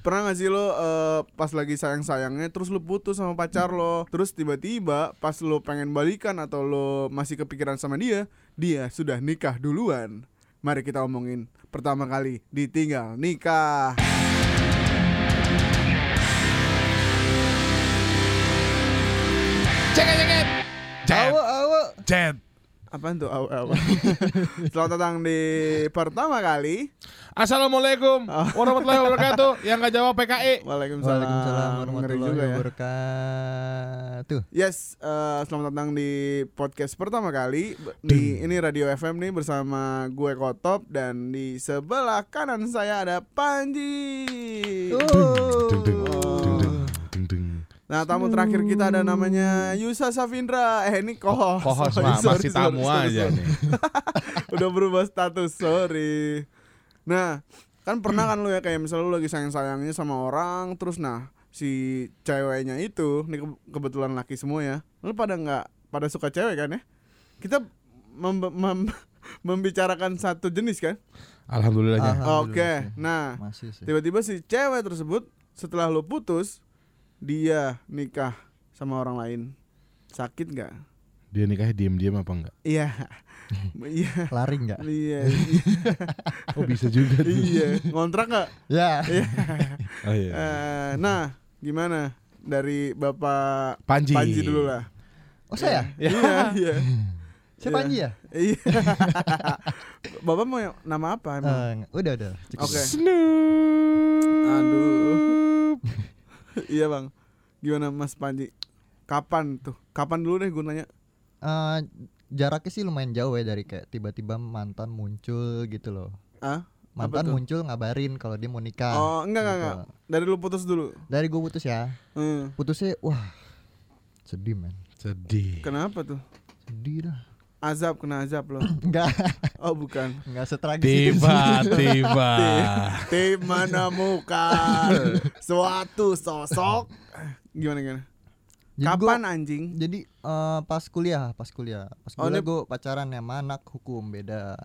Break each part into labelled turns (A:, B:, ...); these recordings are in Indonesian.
A: Pernah gak sih lo eh, pas lagi sayang-sayangnya terus lo putus sama pacar lo Terus tiba-tiba pas lo pengen balikan atau lo masih kepikiran sama dia Dia sudah nikah duluan Mari kita omongin pertama kali ditinggal nikah
B: Cek cek cek. Jet. Jet.
A: Apaan tuh? Au, au. Selamat datang di pertama kali
B: Assalamualaikum warahmatullahi wabarakatuh. Yang nggak jawab E. PKI.
A: Waalaikumsalam,
C: Waalaikumsalam
A: Ngeri
C: warahmatullahi
A: juga ya
C: wabarakatuh.
A: Yes, eh, selamat datang di podcast pertama kali B- di ini Radio FM nih bersama gue Kotop dan di sebelah kanan saya ada Panji. Nah tamu terakhir kita ada namanya Yusa Safindra. Eh ini kohos.
B: Kohos
A: Sorry,
B: mah
A: sorry,
B: masih
A: sorry,
B: tamu
A: sorry,
B: aja
A: sorry.
B: nih.
A: Udah berubah status, sorry. Nah kan pernah kan lu ya kayak misalnya lu lagi sayang sayangnya sama orang terus nah si ceweknya itu ini ke- kebetulan laki semua ya. Lu pada nggak pada suka cewek kan ya? Kita mem- mem- membicarakan satu jenis kan?
B: Alhamdulillahnya.
A: Oke.
C: Alhamdulillah.
A: Nah
C: Masih sih.
A: Tiba-tiba si cewek tersebut setelah lo putus dia nikah sama orang lain. Sakit nggak?
B: Dia nikahnya diem-diem apa enggak?
A: Iya. Iya.
C: Lari enggak?
A: Iya.
B: Oh bisa juga tuh.
A: Iya. Ngontrak nggak?
C: Ya.
A: Iya.
B: Oh, iya.
A: Eh, nah, gimana dari Bapak
B: Panji.
A: Panji dulu lah.
C: Oh saya?
A: Iya, iya.
C: Saya
A: Iya.
C: Panji ya?
A: Iya. Bapak mau yang- nama apa emang?
C: Eh, nggak. udah udah. Cukup.
A: Oke.
B: Snoop.
A: Aduh. iya, Bang. Gimana Mas Panji? Kapan tuh? Kapan dulu deh gue nanya.
C: Eh, jaraknya sih lumayan jauh ya dari kayak tiba-tiba mantan muncul gitu loh.
A: Ah?
C: Mantan
A: tuh?
C: muncul ngabarin kalau dia mau nikah.
A: Oh, enggak enggak enggak.
C: gitu.
A: Dari lu putus dulu.
C: Dari gue putus ya.
A: Hmm.
C: Putusnya wah sedih men.
B: Sedih.
A: Kenapa tuh?
C: Sedih dah.
A: Azab kena azab lo.
C: Enggak,
A: Oh, bukan.
C: enggak setragis itu sih.
B: Tiba-tiba.
C: Ah.
A: Tim menemukan suatu sosok gimana gimana.
C: Jadi gua-
A: Kapan anjing?
C: Jadi eh, pas kuliah, pas kuliah, pas
A: Oh,
C: kuliah
A: ini-
C: gue pacaran sama anak hukum beda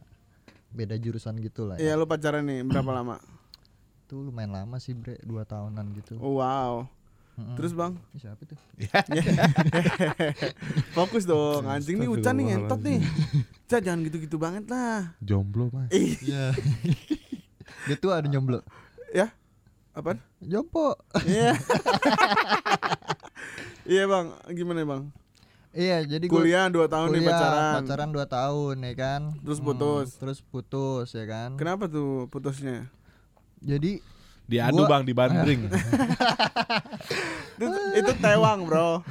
C: beda jurusan gitu lah.
A: Iya,
C: Ya. Hmm.
A: lu pacaran nih berapa lama?
C: Itu lumayan lama sih bre, dua tahunan gitu.
A: Oh, wow.
C: Mm-mm.
A: Terus, Bang.
C: Ih, siapa itu?
A: Fokus dong, anjing nih Ucan nih ngentot nih. Cah jangan gitu-gitu banget lah.
B: Jomblo mas.
A: Ih,
C: Iya. Dia tuh ada nyomblo.
A: ya. Apaan?
C: Jompo.
A: Iya. Iya, Bang. Gimana, Bang?
C: Iya, jadi gua
A: Kuliah 2 tahun nih
C: kuliah,
A: pacaran.
C: pacaran dua tahun ya kan.
A: Terus putus.
C: terus putus ya kan.
A: Kenapa tuh putusnya?
C: Jadi
B: Diadu
C: Gua-
B: bang di bandring.
A: itu,
C: Eh.
A: itu tewang bro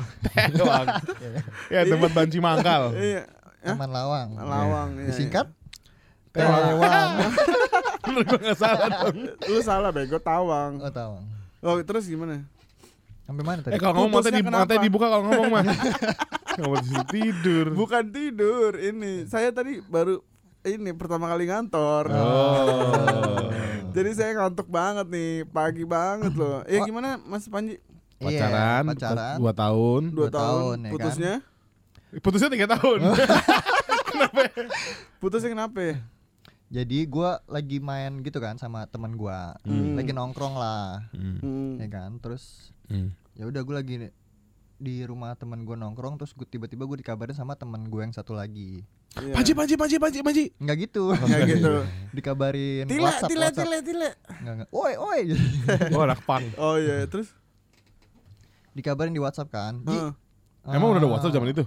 B: Bang. ya tempat banci mangkal.
A: iya Hah?
C: teman lawang.
A: lawang iya,
C: Disingkat?
A: Tewang.
C: Tewang.
B: Bener gua nggak salah dong.
A: iya. lu salah bego tawang
C: Oh, tawang.
A: oh terus gimana
C: Sampai mana tadi?
B: Eh kalau ngomong mata,
A: Putusnya
B: di, mata
A: kenapa?
B: dibuka kalau ngomong mah. Nggak mau disuruh tidur.
A: bukan tidur
C: Eh.
A: ini saya tadi baru ini pertama kali ngantor
B: Oh.
A: jadi saya ngantuk banget nih pagi banget loh ya gimana mas Panji
C: Iya,
B: pacaran,
C: pacaran.
B: dua tahun.
A: dua
C: Dua
A: tahun,
C: tahun, ya kan?
A: putusnya
B: Putusnya tiga tahun.
A: putusnya kenapa
C: Eh.
A: ya?
C: Jadi gua lagi main gitu kan sama teman gua,
A: Hmm.
C: lagi nongkrong lah,
A: Hmm.
C: ya kan. Terus ya udah gua lagi di rumah teman gua nongkrong, terus gua tiba-tiba gua dikabarin sama teman gua yang satu lagi.
A: Iya.
B: Panji, panji, panji, panji, panji.
C: Nggak gitu,
B: Oh,
A: ya gitu
C: dikabarin
A: tila
C: WhatsApp,
A: tila
C: WhatsApp.
A: tila tila
C: Nggak, nggak. Oi, oi.
B: Oh anak pang.
A: oh iya terus Ah,
C: dikabarin di WhatsApp kan. Ji,
A: Heeh,
B: Emang udah ada
C: eh,
B: WhatsApp zaman itu?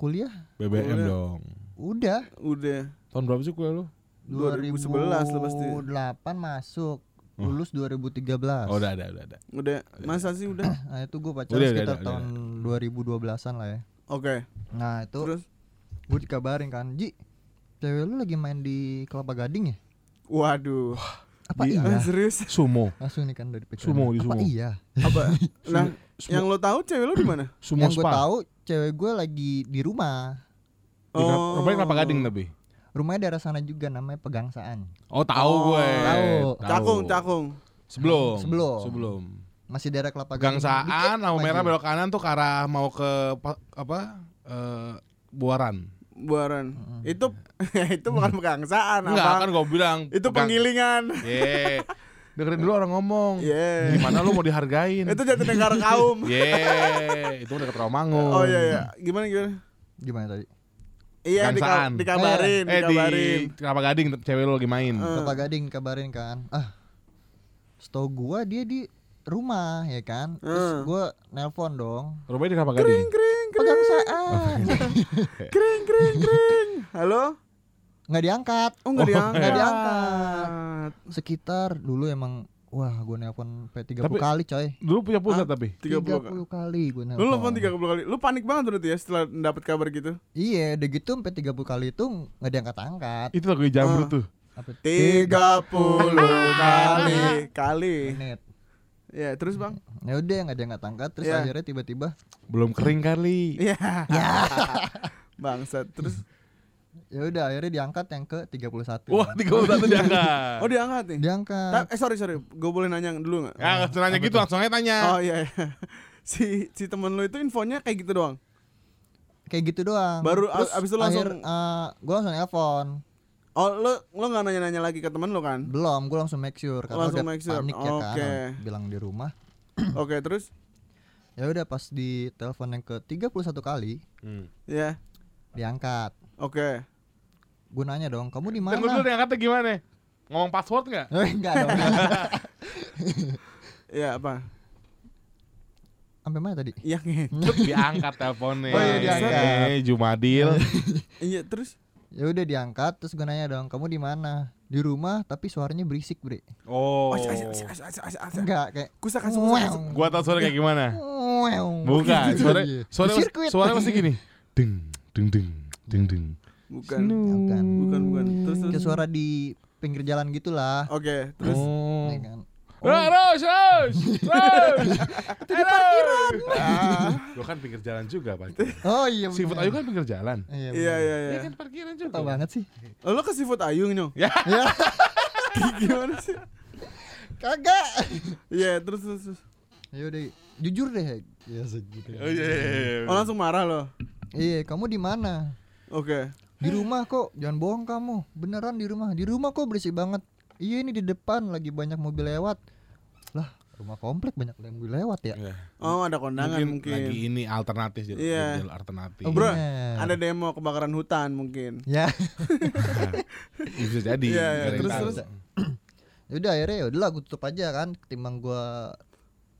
C: Kuliah
B: BBM
A: Udah.
B: dong.
C: udah
A: udah
B: Tahun berapa sih kuliah lu?
A: 2011 lah pasti.
C: 2008 masuk,
B: Oh.
C: lulus 2013.
B: Oh, udah ada, udah ada.
A: udah masa sih udah
C: Nah, itu gua pacaran
B: Udah, udah,
C: sekitar
B: udah,
C: tahun 2012-an lah ya.
A: oke
C: Nah, itu
A: terus
C: gue dikabarin kan Ji cewek lu lagi main di kelapa gading ya
A: waduh
C: apa
B: Di-
C: iya
A: Ah, serius
B: Sumo.
C: langsung nih kan dari pikiran
B: Sumo, di
C: apa
B: Sumo.
C: iya
A: apa nah
B: Sumo,
A: yang lo tahu cewek lo di mana
B: sumo
C: yang gue
B: spa.
C: tahu cewek gue lagi di rumah
B: Di Kelapa- rumahnya kelapa gading tapi.
C: rumahnya daerah sana juga namanya pegangsaan
B: Oh tahu
A: Oh,
B: gue.
C: tahu.
B: Tahu.
A: cakung cakung
B: Sebelum.
C: Sebelum.
B: Sebelum.
C: masih daerah kelapa gading
B: Gangsaan, lampu
C: maju.
B: merah belok kanan tuh ke arah mau ke pa- apa? Eh, buaran.
A: buaran itu itu bukan pegangsaan
B: Enggak
A: abang
B: kan gue bilang.
A: itu
B: pegang-
A: penggilingan
B: Ye. dengerin dulu orang ngomong
A: Iya.
B: gimana lu mau dihargain
A: Itu jatuh negara kaum.
B: Iya. Yeah, itu kan udah ke Rawamangun.
A: Oh iya iya. Gimana gimana?
C: Gimana tadi?
A: Iya dika-
B: Kangsaan.
A: dikabarin,
B: Eh di
A: dikabarin.
B: Kelapa Gading cewek lu lagi main.
A: Eh.
C: Kelapa Gading kabarin kan. Ah. Setau gua dia di rumah ya kan.
A: Eh.
C: Terus gua nelpon dong.
B: Rumahnya di Kelapa Gading.
A: Kring kring
C: Pegang saya.
A: kring kring kring. Halo?
C: Nggak diangkat.
A: Oh
B: iya.
A: enggak diangkat.
C: nggak diangkat. Sekitar dulu emang wah gua nelpon P 30
B: Tapi-
C: kali coy.
B: Dulu punya pulsa tapi.
A: 30 kali.
C: kali gua nelpon.
A: Lu nelfon 30 kali. Lu panik banget berarti ya setelah dapat kabar gitu.
C: Iya, udah gitu sampai 30 kali itu nggak diangkat-angkat.
D: Iya.
B: Itu lagu jambrut tuh.
C: Apa?
A: 30 kali kali.
C: Menit.
A: Ya, terus Bang.
C: Ya udah nggak diangkat-angkat terus
A: Iya.
C: akhirnya tiba-tiba
B: Belum kering kali.
A: Iya.
B: Ya.
A: Bangsat. Terus
C: ya udah akhirnya diangkat yang ke 31.
B: Wah, 31 diangkat.
A: oh diangkat nih.
C: Diangkat.
A: Ta- eh sorry sorry, gue boleh nanya dulu nggak?
B: Ya, langsung nanya gitu, langsung aja tanya.
A: Oh iya, iya. si si temen lu itu infonya kayak gitu doang.
C: Kayak gitu doang.
A: Baru a- abis itu langsung-
C: akhir, eh, gua langsung nelpon.
A: Oh lu lu nggak nanya-nanya lagi ke temen lu kan?
C: Belum, gua langsung make sure karena
A: Langsung
C: udah
A: make sure.
C: panik ya kan.
A: Oke.
C: Bilang di rumah.
A: Oke terus
C: Ya udah pas di telepon yang ke 31 kali
B: Hmm.
A: ya
C: diangkat.
A: oke.
C: Gua nanya dong, "Kamu di mana?"
B: Tunggu dulu diangkatnya gimana? Ngomong password nggak?
C: Eh, enggak dong.
A: Ya apa?
C: Sampai mana tadi?
A: Ya nge-
B: diangkat teleponnya.
C: Oh, iya, diangkat.
B: Eh, Jumadil.
A: Iya terus
C: Ya udah diangkat terus gue nanya dong, "Kamu di mana?" Di rumah tapi suaranya berisik, Bre.
B: Oh.
A: Asik, asik, asik, asik, asik, asik.
C: Enggak kayak
A: Kusak, kusak, kusak, kusak.
B: Gua tahu suara kayak gimana.
C: Weong.
B: Bukan,
C: Gitu,
B: suara
C: iya.
B: suara
C: Di sirkuit.
B: suara pasti gini. Ding ding ding ding ding.
A: Bukan
C: Bukan.
A: bukan bukan. Terus
C: Kayak
A: terus.
C: suara di pinggir jalan gitulah.
A: Oke terus
B: Oh.
C: Ya kan.
B: Terus, terus, terus. Itu di parkiran. Lo kan pinggir jalan juga, Pak.
C: Oh iya.
B: Seafood Ayu
C: bener.
B: kan pinggir jalan.
C: Iya.
A: iya
C: bener.
A: iya iya.
B: Iya kan parkiran juga.
C: Tau banget sih.
A: Lo ke seafood ayung nyong?
B: Ya.
A: Gimana sih?
C: Kagak.
A: Iya terus terus. terus.
C: Ya udah jujur deh. Ya segitu.
B: Oh iya. iya, iya.
A: Oh langsung marah lo.
C: Iya, kamu di mana?
A: Oke.
C: Di
B: Eh.
C: rumah kok. Jangan bohong kamu. Beneran di rumah. Di rumah kok berisik banget. Iya ini di depan lagi banyak mobil lewat. Lah, rumah komplek banyak mobil lewat ya.
B: Iya.
A: Oh ada kondangan
B: Mungkin,
A: mungkin.
B: lagi ini alternatif jadi
A: Iya.
B: jadi alternatif.
A: Oh, bro,
C: Iya.
A: ada demo kebakaran hutan mungkin.
C: Ya.
B: Iya, bisa jadi.
A: Iya, iya,
B: Nggak ada yang
A: terus,
B: tahu.
A: terus.
C: ya udah akhirnya ya udahlah gue tutup aja kan ketimbang gua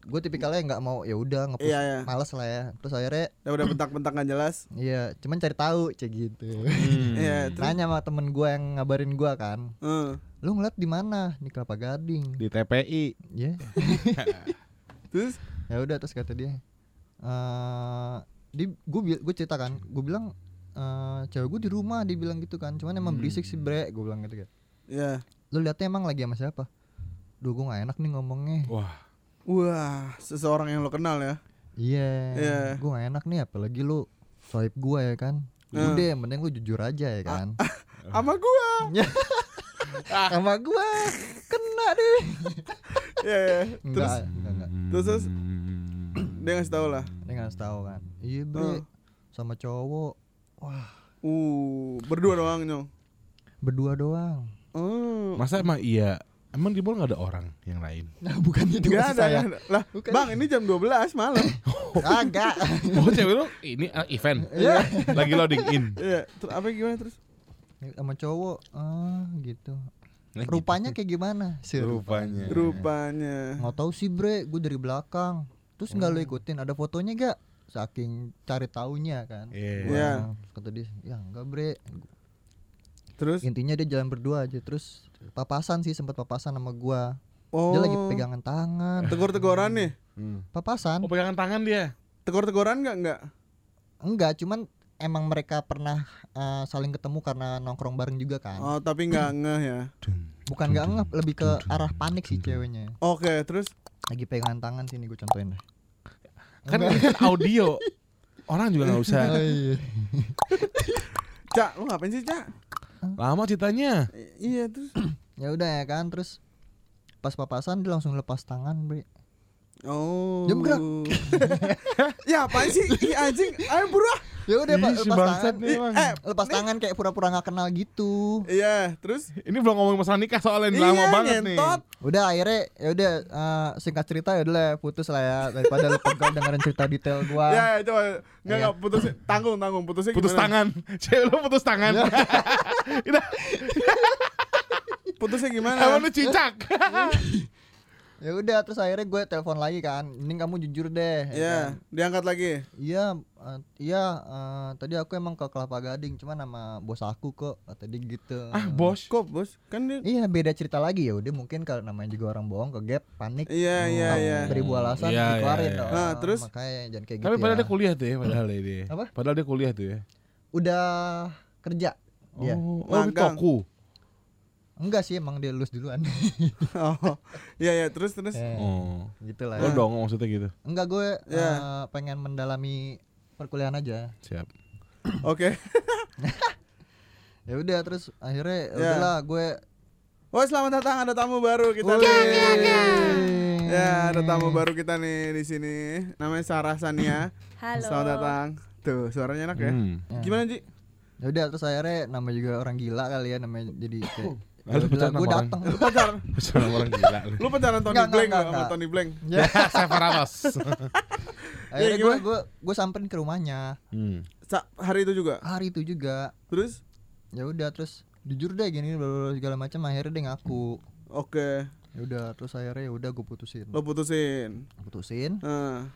C: gue tipikalnya nggak mau ya udah ngepus
A: Iya, iya.
C: males lah ya terus akhirnya
A: Ya udah bentak-bentak nggak jelas.
C: iya cuman cari tahu cek gitu
B: Hmm.
A: Iya, terus.
C: nanya sama temen gua yang ngabarin gua kan
A: Eh,
C: lu ngeliat di mana di kelapa gading
B: Di TPI.
C: ya
A: Terus
C: ya udah terus kata dia eh di gue gue cerita kan gue bilang eh cewek gue di rumah dia bilang gitu kan cuman
A: Hmm.
C: emang berisik sih bre gue bilang gitu kan
A: ya.
C: lu liatnya emang lagi sama siapa Duh gue gak enak nih ngomongnya
B: Wah.
A: Wah, seseorang yang lo kenal ya.
C: Iya.
A: Iya.
C: Gue gak enak nih apalagi lu swipe gue ya kan.
A: Hmm. Ah.
C: Udah mending lu jujur aja ya kan.
A: Sama gua.
C: Sama gue kena deh.
A: Ya, ya.
C: Enggak,
A: Terus
C: enggak, enggak.
A: terus, terus dia ngasih tahu lah.
C: Dia nggak tahu kan. Iya, Bre.
A: Hmm.
C: Sama cowok. Wah,
A: Uh, berdua doang nyong.
C: berdua doang.
A: Oh.
B: Masa emang iya? Emang di mall nggak ada orang yang lain?
C: Nah, bukannya itu
A: Gak
C: maksud
A: ada,
C: saya.
A: gak ada. Lah,
C: Bukan.
A: Bang, ini jam 12 malam.
C: Kagak.
B: Oh cewek lo ini anak event
C: Iya.
B: lagi loading in.
A: Iya, terus apa gimana terus?
C: Sama cowok. Ah, gitu.
B: Nah, gitu.
C: Rupanya kayak gimana?
A: iya.
C: Sih,
B: Rupanya.
A: Rupanya.
C: nggak tahu sih, Bre. Gue dari belakang. Terus nggak lu
B: Hmm.
C: ikutin ada fotonya gak? Saking cari taunya kan.
B: Iya.
A: Iya.
C: Wah, terus kata dia ya enggak bre
A: Terus
C: intinya dia jalan berdua aja terus papasan sih sempat papasan sama gua
A: oh.
C: dia lagi pegangan tangan
A: tegur-teguran nih.
B: Oh
C: papasan
B: pegangan tangan dia.
A: Tegur-teguran enggak enggak?
C: enggak cuman emang mereka pernah eh, saling ketemu karena nongkrong bareng juga kan
A: Oh, tapi enggak ngeh ya.
C: bukan enggak ngeh lebih ke arah panik sih ceweknya
A: Oke, terus
C: lagi pegangan tangan sini gua contohin deh
B: Kan ini kan audio. Orang juga nggak usah.
A: Cak, lu ngapain sih, Cak?
B: Lama ceritanya.
A: I- iya, terus
C: ya udah ya kan terus pas papasan dia langsung lepas tangan bre
A: Oh.
C: Jam gerak.
A: ya apaan sih? Ih anjing, ayo buruan.
C: ya udah
B: Ih,
C: pak
B: si
C: lepas
B: bangsat
C: tangan
B: nih emang.
A: Eh,
C: lepas tangan kayak pura-pura nggak kenal gitu
A: Iya, terus
B: Ini belum ngomong masalah nikah soalnya ini lama
A: Iya,
B: banget
A: ngentot.
B: nih.
C: udah akhirnya ya udah eh, singkat cerita ya udah lah, putus lah ya daripada lu pegal dengerin cerita detail gua
A: Ya, ya, coba enggak
C: Iya.
A: enggak putus tanggung tanggung putusnya
B: Ah. Putus
A: gimana?
B: tangan. Cewek lu putus tangan. Udah,
A: Putusnya gimana?
B: Emang lu cicak.
C: ya udah terus akhirnya gue telepon lagi kan mending kamu jujur deh ya kan.
A: Iya, diangkat lagi.
C: iya eh, iya eh, tadi aku emang ke kelapa gading cuman sama bos aku kok tadi gitu
B: ah, bos.
A: Kok, Bos? Kan dia
C: iya beda cerita lagi ya udah mungkin kalau namanya juga orang bohong ke gap panik
A: Iya, iya,
C: Tahu
A: iya.
C: seribu alasan
B: Iya, iya,
C: dikeluarin
B: iya.
C: dong.
A: Nah, terus?
C: makanya jangan kayak gitu
B: Tapi padahal
C: ya.
B: dia kuliah tuh ya, padahal ya dia.
C: Apa?
B: Padahal dia kuliah tuh ya.
C: udah kerja
A: Iya.
C: dia
B: Oh, oh di
A: Magang.
B: toko.
C: enggak sih emang dia lulus duluan
A: Oh. Iya, ya, terus terus.
C: Eh,
B: Oh.
C: gitu lah
B: Lo
C: ya.
B: dong maksudnya gitu.
C: enggak gue
A: Ya.
C: eh, pengen mendalami perkuliahan aja
B: Siap.
A: Oke.
C: ya udah terus akhirnya ya
A: Ya.
C: udahlah gue
A: Wah, selamat datang ada tamu baru kita. nih. Ya, ada tamu baru kita nih di sini. Namanya Sarah Sania.
E: Halo.
A: Selamat datang. Tuh, suaranya enak ya.
B: Hmm.
A: Gimana, Ji?
C: ya udah terus akhirnya namanya juga orang gila kali ya namanya jadi kayak
B: Lalu bercanda
C: ya udahlah, gue
B: sama orang.
C: datang
A: Pacaran.
B: Sama orang gila lu.
A: Lu pacaran Tony
C: Enggak,
A: Blank
C: enggak,
A: nggak sama
C: enggak.
A: Tony Blank?
B: Ya, Separatos.
C: Iya, akhirnya gue
A: gimana?
C: gue gue samperin ke rumahnya
B: Hmm.
A: Sa- hari itu juga.
C: hari itu juga
A: Terus
C: ya udah terus jujur deh gini bla, bla, bla, segala macam akhirnya dia ngaku
A: oke,
C: ya udah terus akhirnya ya udah gue putusin
A: lo putusin.
C: putusin
A: Nah,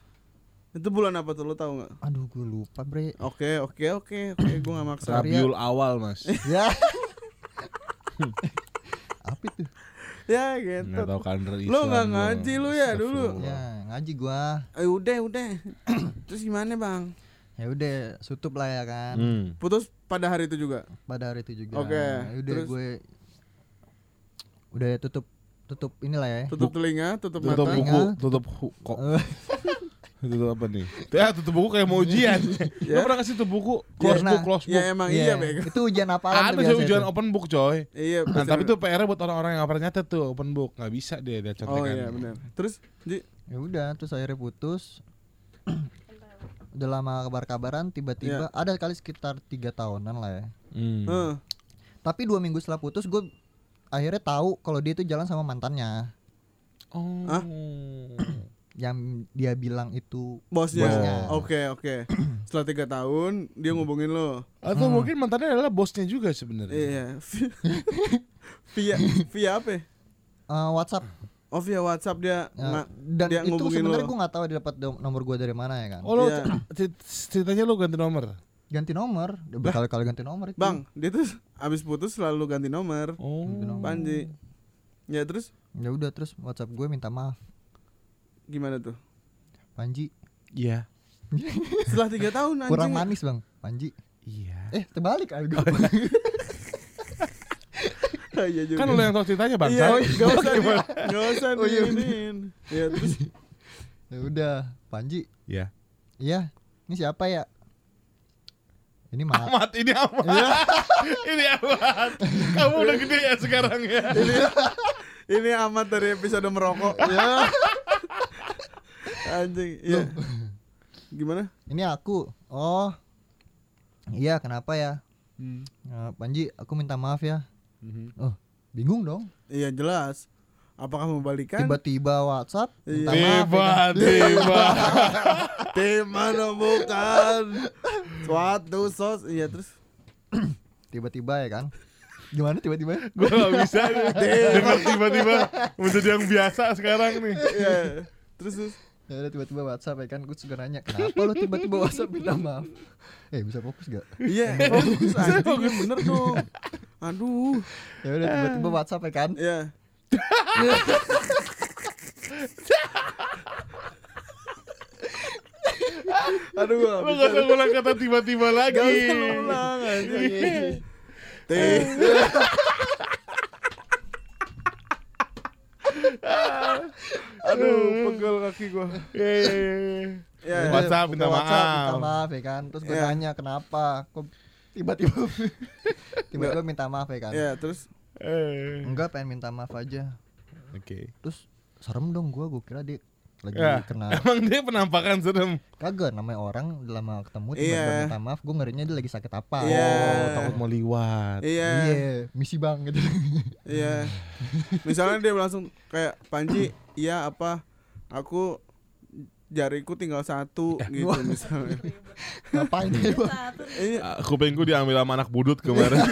A: itu bulan apa tuh lo tahu nggak?
C: aduh gue lupa bre
A: Oke, oke, oke, oke, gue nggak maksa.
C: Sorry ya.
B: Rabiul awal, Mas.
A: Iya,
C: ya apa itu
A: Ya
B: Enggak
A: gitu.
B: tahu kalender Islam.
A: Lu nggak ngaji lu ya dulu?
C: ya ngaji gua
A: Eh, udah, udah. Terus gimana bang?
C: ya udah sutup lah
A: Iya.
C: ya kan
B: Hmm.
A: Putus pada hari itu juga.
C: pada hari itu juga.
A: Oke,
C: Ya Udah
A: terus?
C: gue udah tutup tutup inilah ya.
A: Tutup telinga, tutup,
B: Tutup
A: mata.
B: buku, tutup hu- kok. tutup apa nih? Ya, tutup buku kayak mau ujian. Lu
A: Ya.
B: pernah kasih tutup buku? Close
C: Pernah.
B: book, close book.
A: Ya emang
C: Iya,
A: iya bego.
C: Itu ujian apa
B: Ada sih ujian open book, coy.
A: Iya.
B: Nah,
A: pasti
B: tapi
A: bener.
B: tuh PR-nya buat orang-orang yang gak pernah nyatet tuh open book nggak bisa dia dia
A: Oh
B: contekan.
A: iya benar. Terus Ji,
C: Ya udah terus akhirnya putus. udah lama kabar-kabaran
A: Iya.
C: tiba-tiba ada kali sekitar tiga tahunan lah ya.
B: Hmm.
A: eh,
C: Tapi dua minggu setelah putus gue akhirnya tahu kalau dia itu jalan sama mantannya
B: Oh.
A: Hah?
C: yang dia bilang itu
A: bosnya.
C: Bosnya.
A: Oke oke. Setelah tiga tahun dia ngubungin lo.
B: Atau mungkin mantannya adalah bosnya juga sebenarnya.
A: Iya. via via apa? ya?
C: eh, WhatsApp
A: Oh via WhatsApp dia. Nah,
C: Ya,
A: ma-
C: dan
A: dia
C: itu
A: ngubungin
C: sebenarnya
A: lo.
C: gue nggak tahu dia dapat dom- nomor gue dari mana ya kan
B: Oh, lo
A: Iya.
B: cer- ceritanya lo ganti nomor.
C: ganti nomor udah berkali-kali ganti nomor itu
A: Bang, dia tuh abis putus selalu ganti nomor.
B: Oh.
C: Ganti nomor.
A: Panji. Ya terus
C: ya udah terus WhatsApp gue minta maaf
A: gimana tuh?
C: Panji
B: Iya.
A: Setelah tiga tahun anjing.
C: kurang manis bang Panji
B: Iya.
C: eh terbalik aduh
A: Iya juga.
B: Kan lo yang tahu ceritanya bang.
A: Iya, enggak usah di, enggak usah oh, Ya terus
C: ya udah Panji
B: Iya.
C: iya ini siapa ya ini Mat
B: Amat ini amat. ini amat. Kamu udah gede ya sekarang ya.
A: ini amat dari episode merokok. ya. Anjing, iya. Gimana?
C: ini aku oh iya kenapa ya "Eh, Panji aku minta maaf ya oh bingung dong
A: Iya jelas. Apakah membalikan?
C: tiba-tiba WhatsApp minta
B: Iya.
C: maaf ya
B: Tiba,
C: kan.
B: tiba.
A: Tiba bukan suatu sos. Iya terus.
C: tiba-tiba ya kan gimana tiba-tiba
B: Gue gak bisa nih. Dengar tiba-tiba menjadi yang biasa sekarang nih.
A: Iya. Terus terus.
C: ya udah tiba-tiba WhatsApp ya kan gue juga nanya kenapa lo tiba-tiba WhatsApp minta maaf eh bisa fokus gak
A: Iya, fokus anjing yang bener dong. Aduh.
C: ya udah tiba-tiba WhatsApp ya kan
A: Iya. Aduh, gua
B: Lo
A: nggak
B: gak
A: bisa.
B: usah ulang kata tiba-tiba lagi. Iya.
A: Gak usah lu ulang anjing. Teh. Aduh, pegel kaki gua.
B: Iya, iya, iya.
A: Ya,
C: Ya,
A: ya.
B: WhatsApp,
C: buka
B: minta
C: WhatsApp, minta
B: maaf.
C: maaf ya kan terus gue
A: Ya.
C: nanya kenapa kok tiba-tiba tiba-tiba minta maaf ya kan
A: ya, terus
B: Eh,
C: enggak pengen minta maaf aja
B: Oke.
C: terus serem dong gue gue kira dia lagi
A: Iya.
B: Ya.
C: kena
B: Emang dia penampakan serem.
C: kagak namanya orang udah lama ketemu
A: Iya.
C: tiba-tiba minta maaf gue ngerinya dia lagi sakit apa
A: Iya.
B: Oh, takut mau liwat.
A: Iya,
C: Iya, misi bang gitu
A: iya. Misalnya dia langsung kayak Panji, iya apa? Aku jariku tinggal satu
C: Eh,
A: gitu misalnya.
C: ngapain dia Bang?
E: Satu.
A: Iya,
B: Ah, Kupingku diambil sama anak budut kemarin.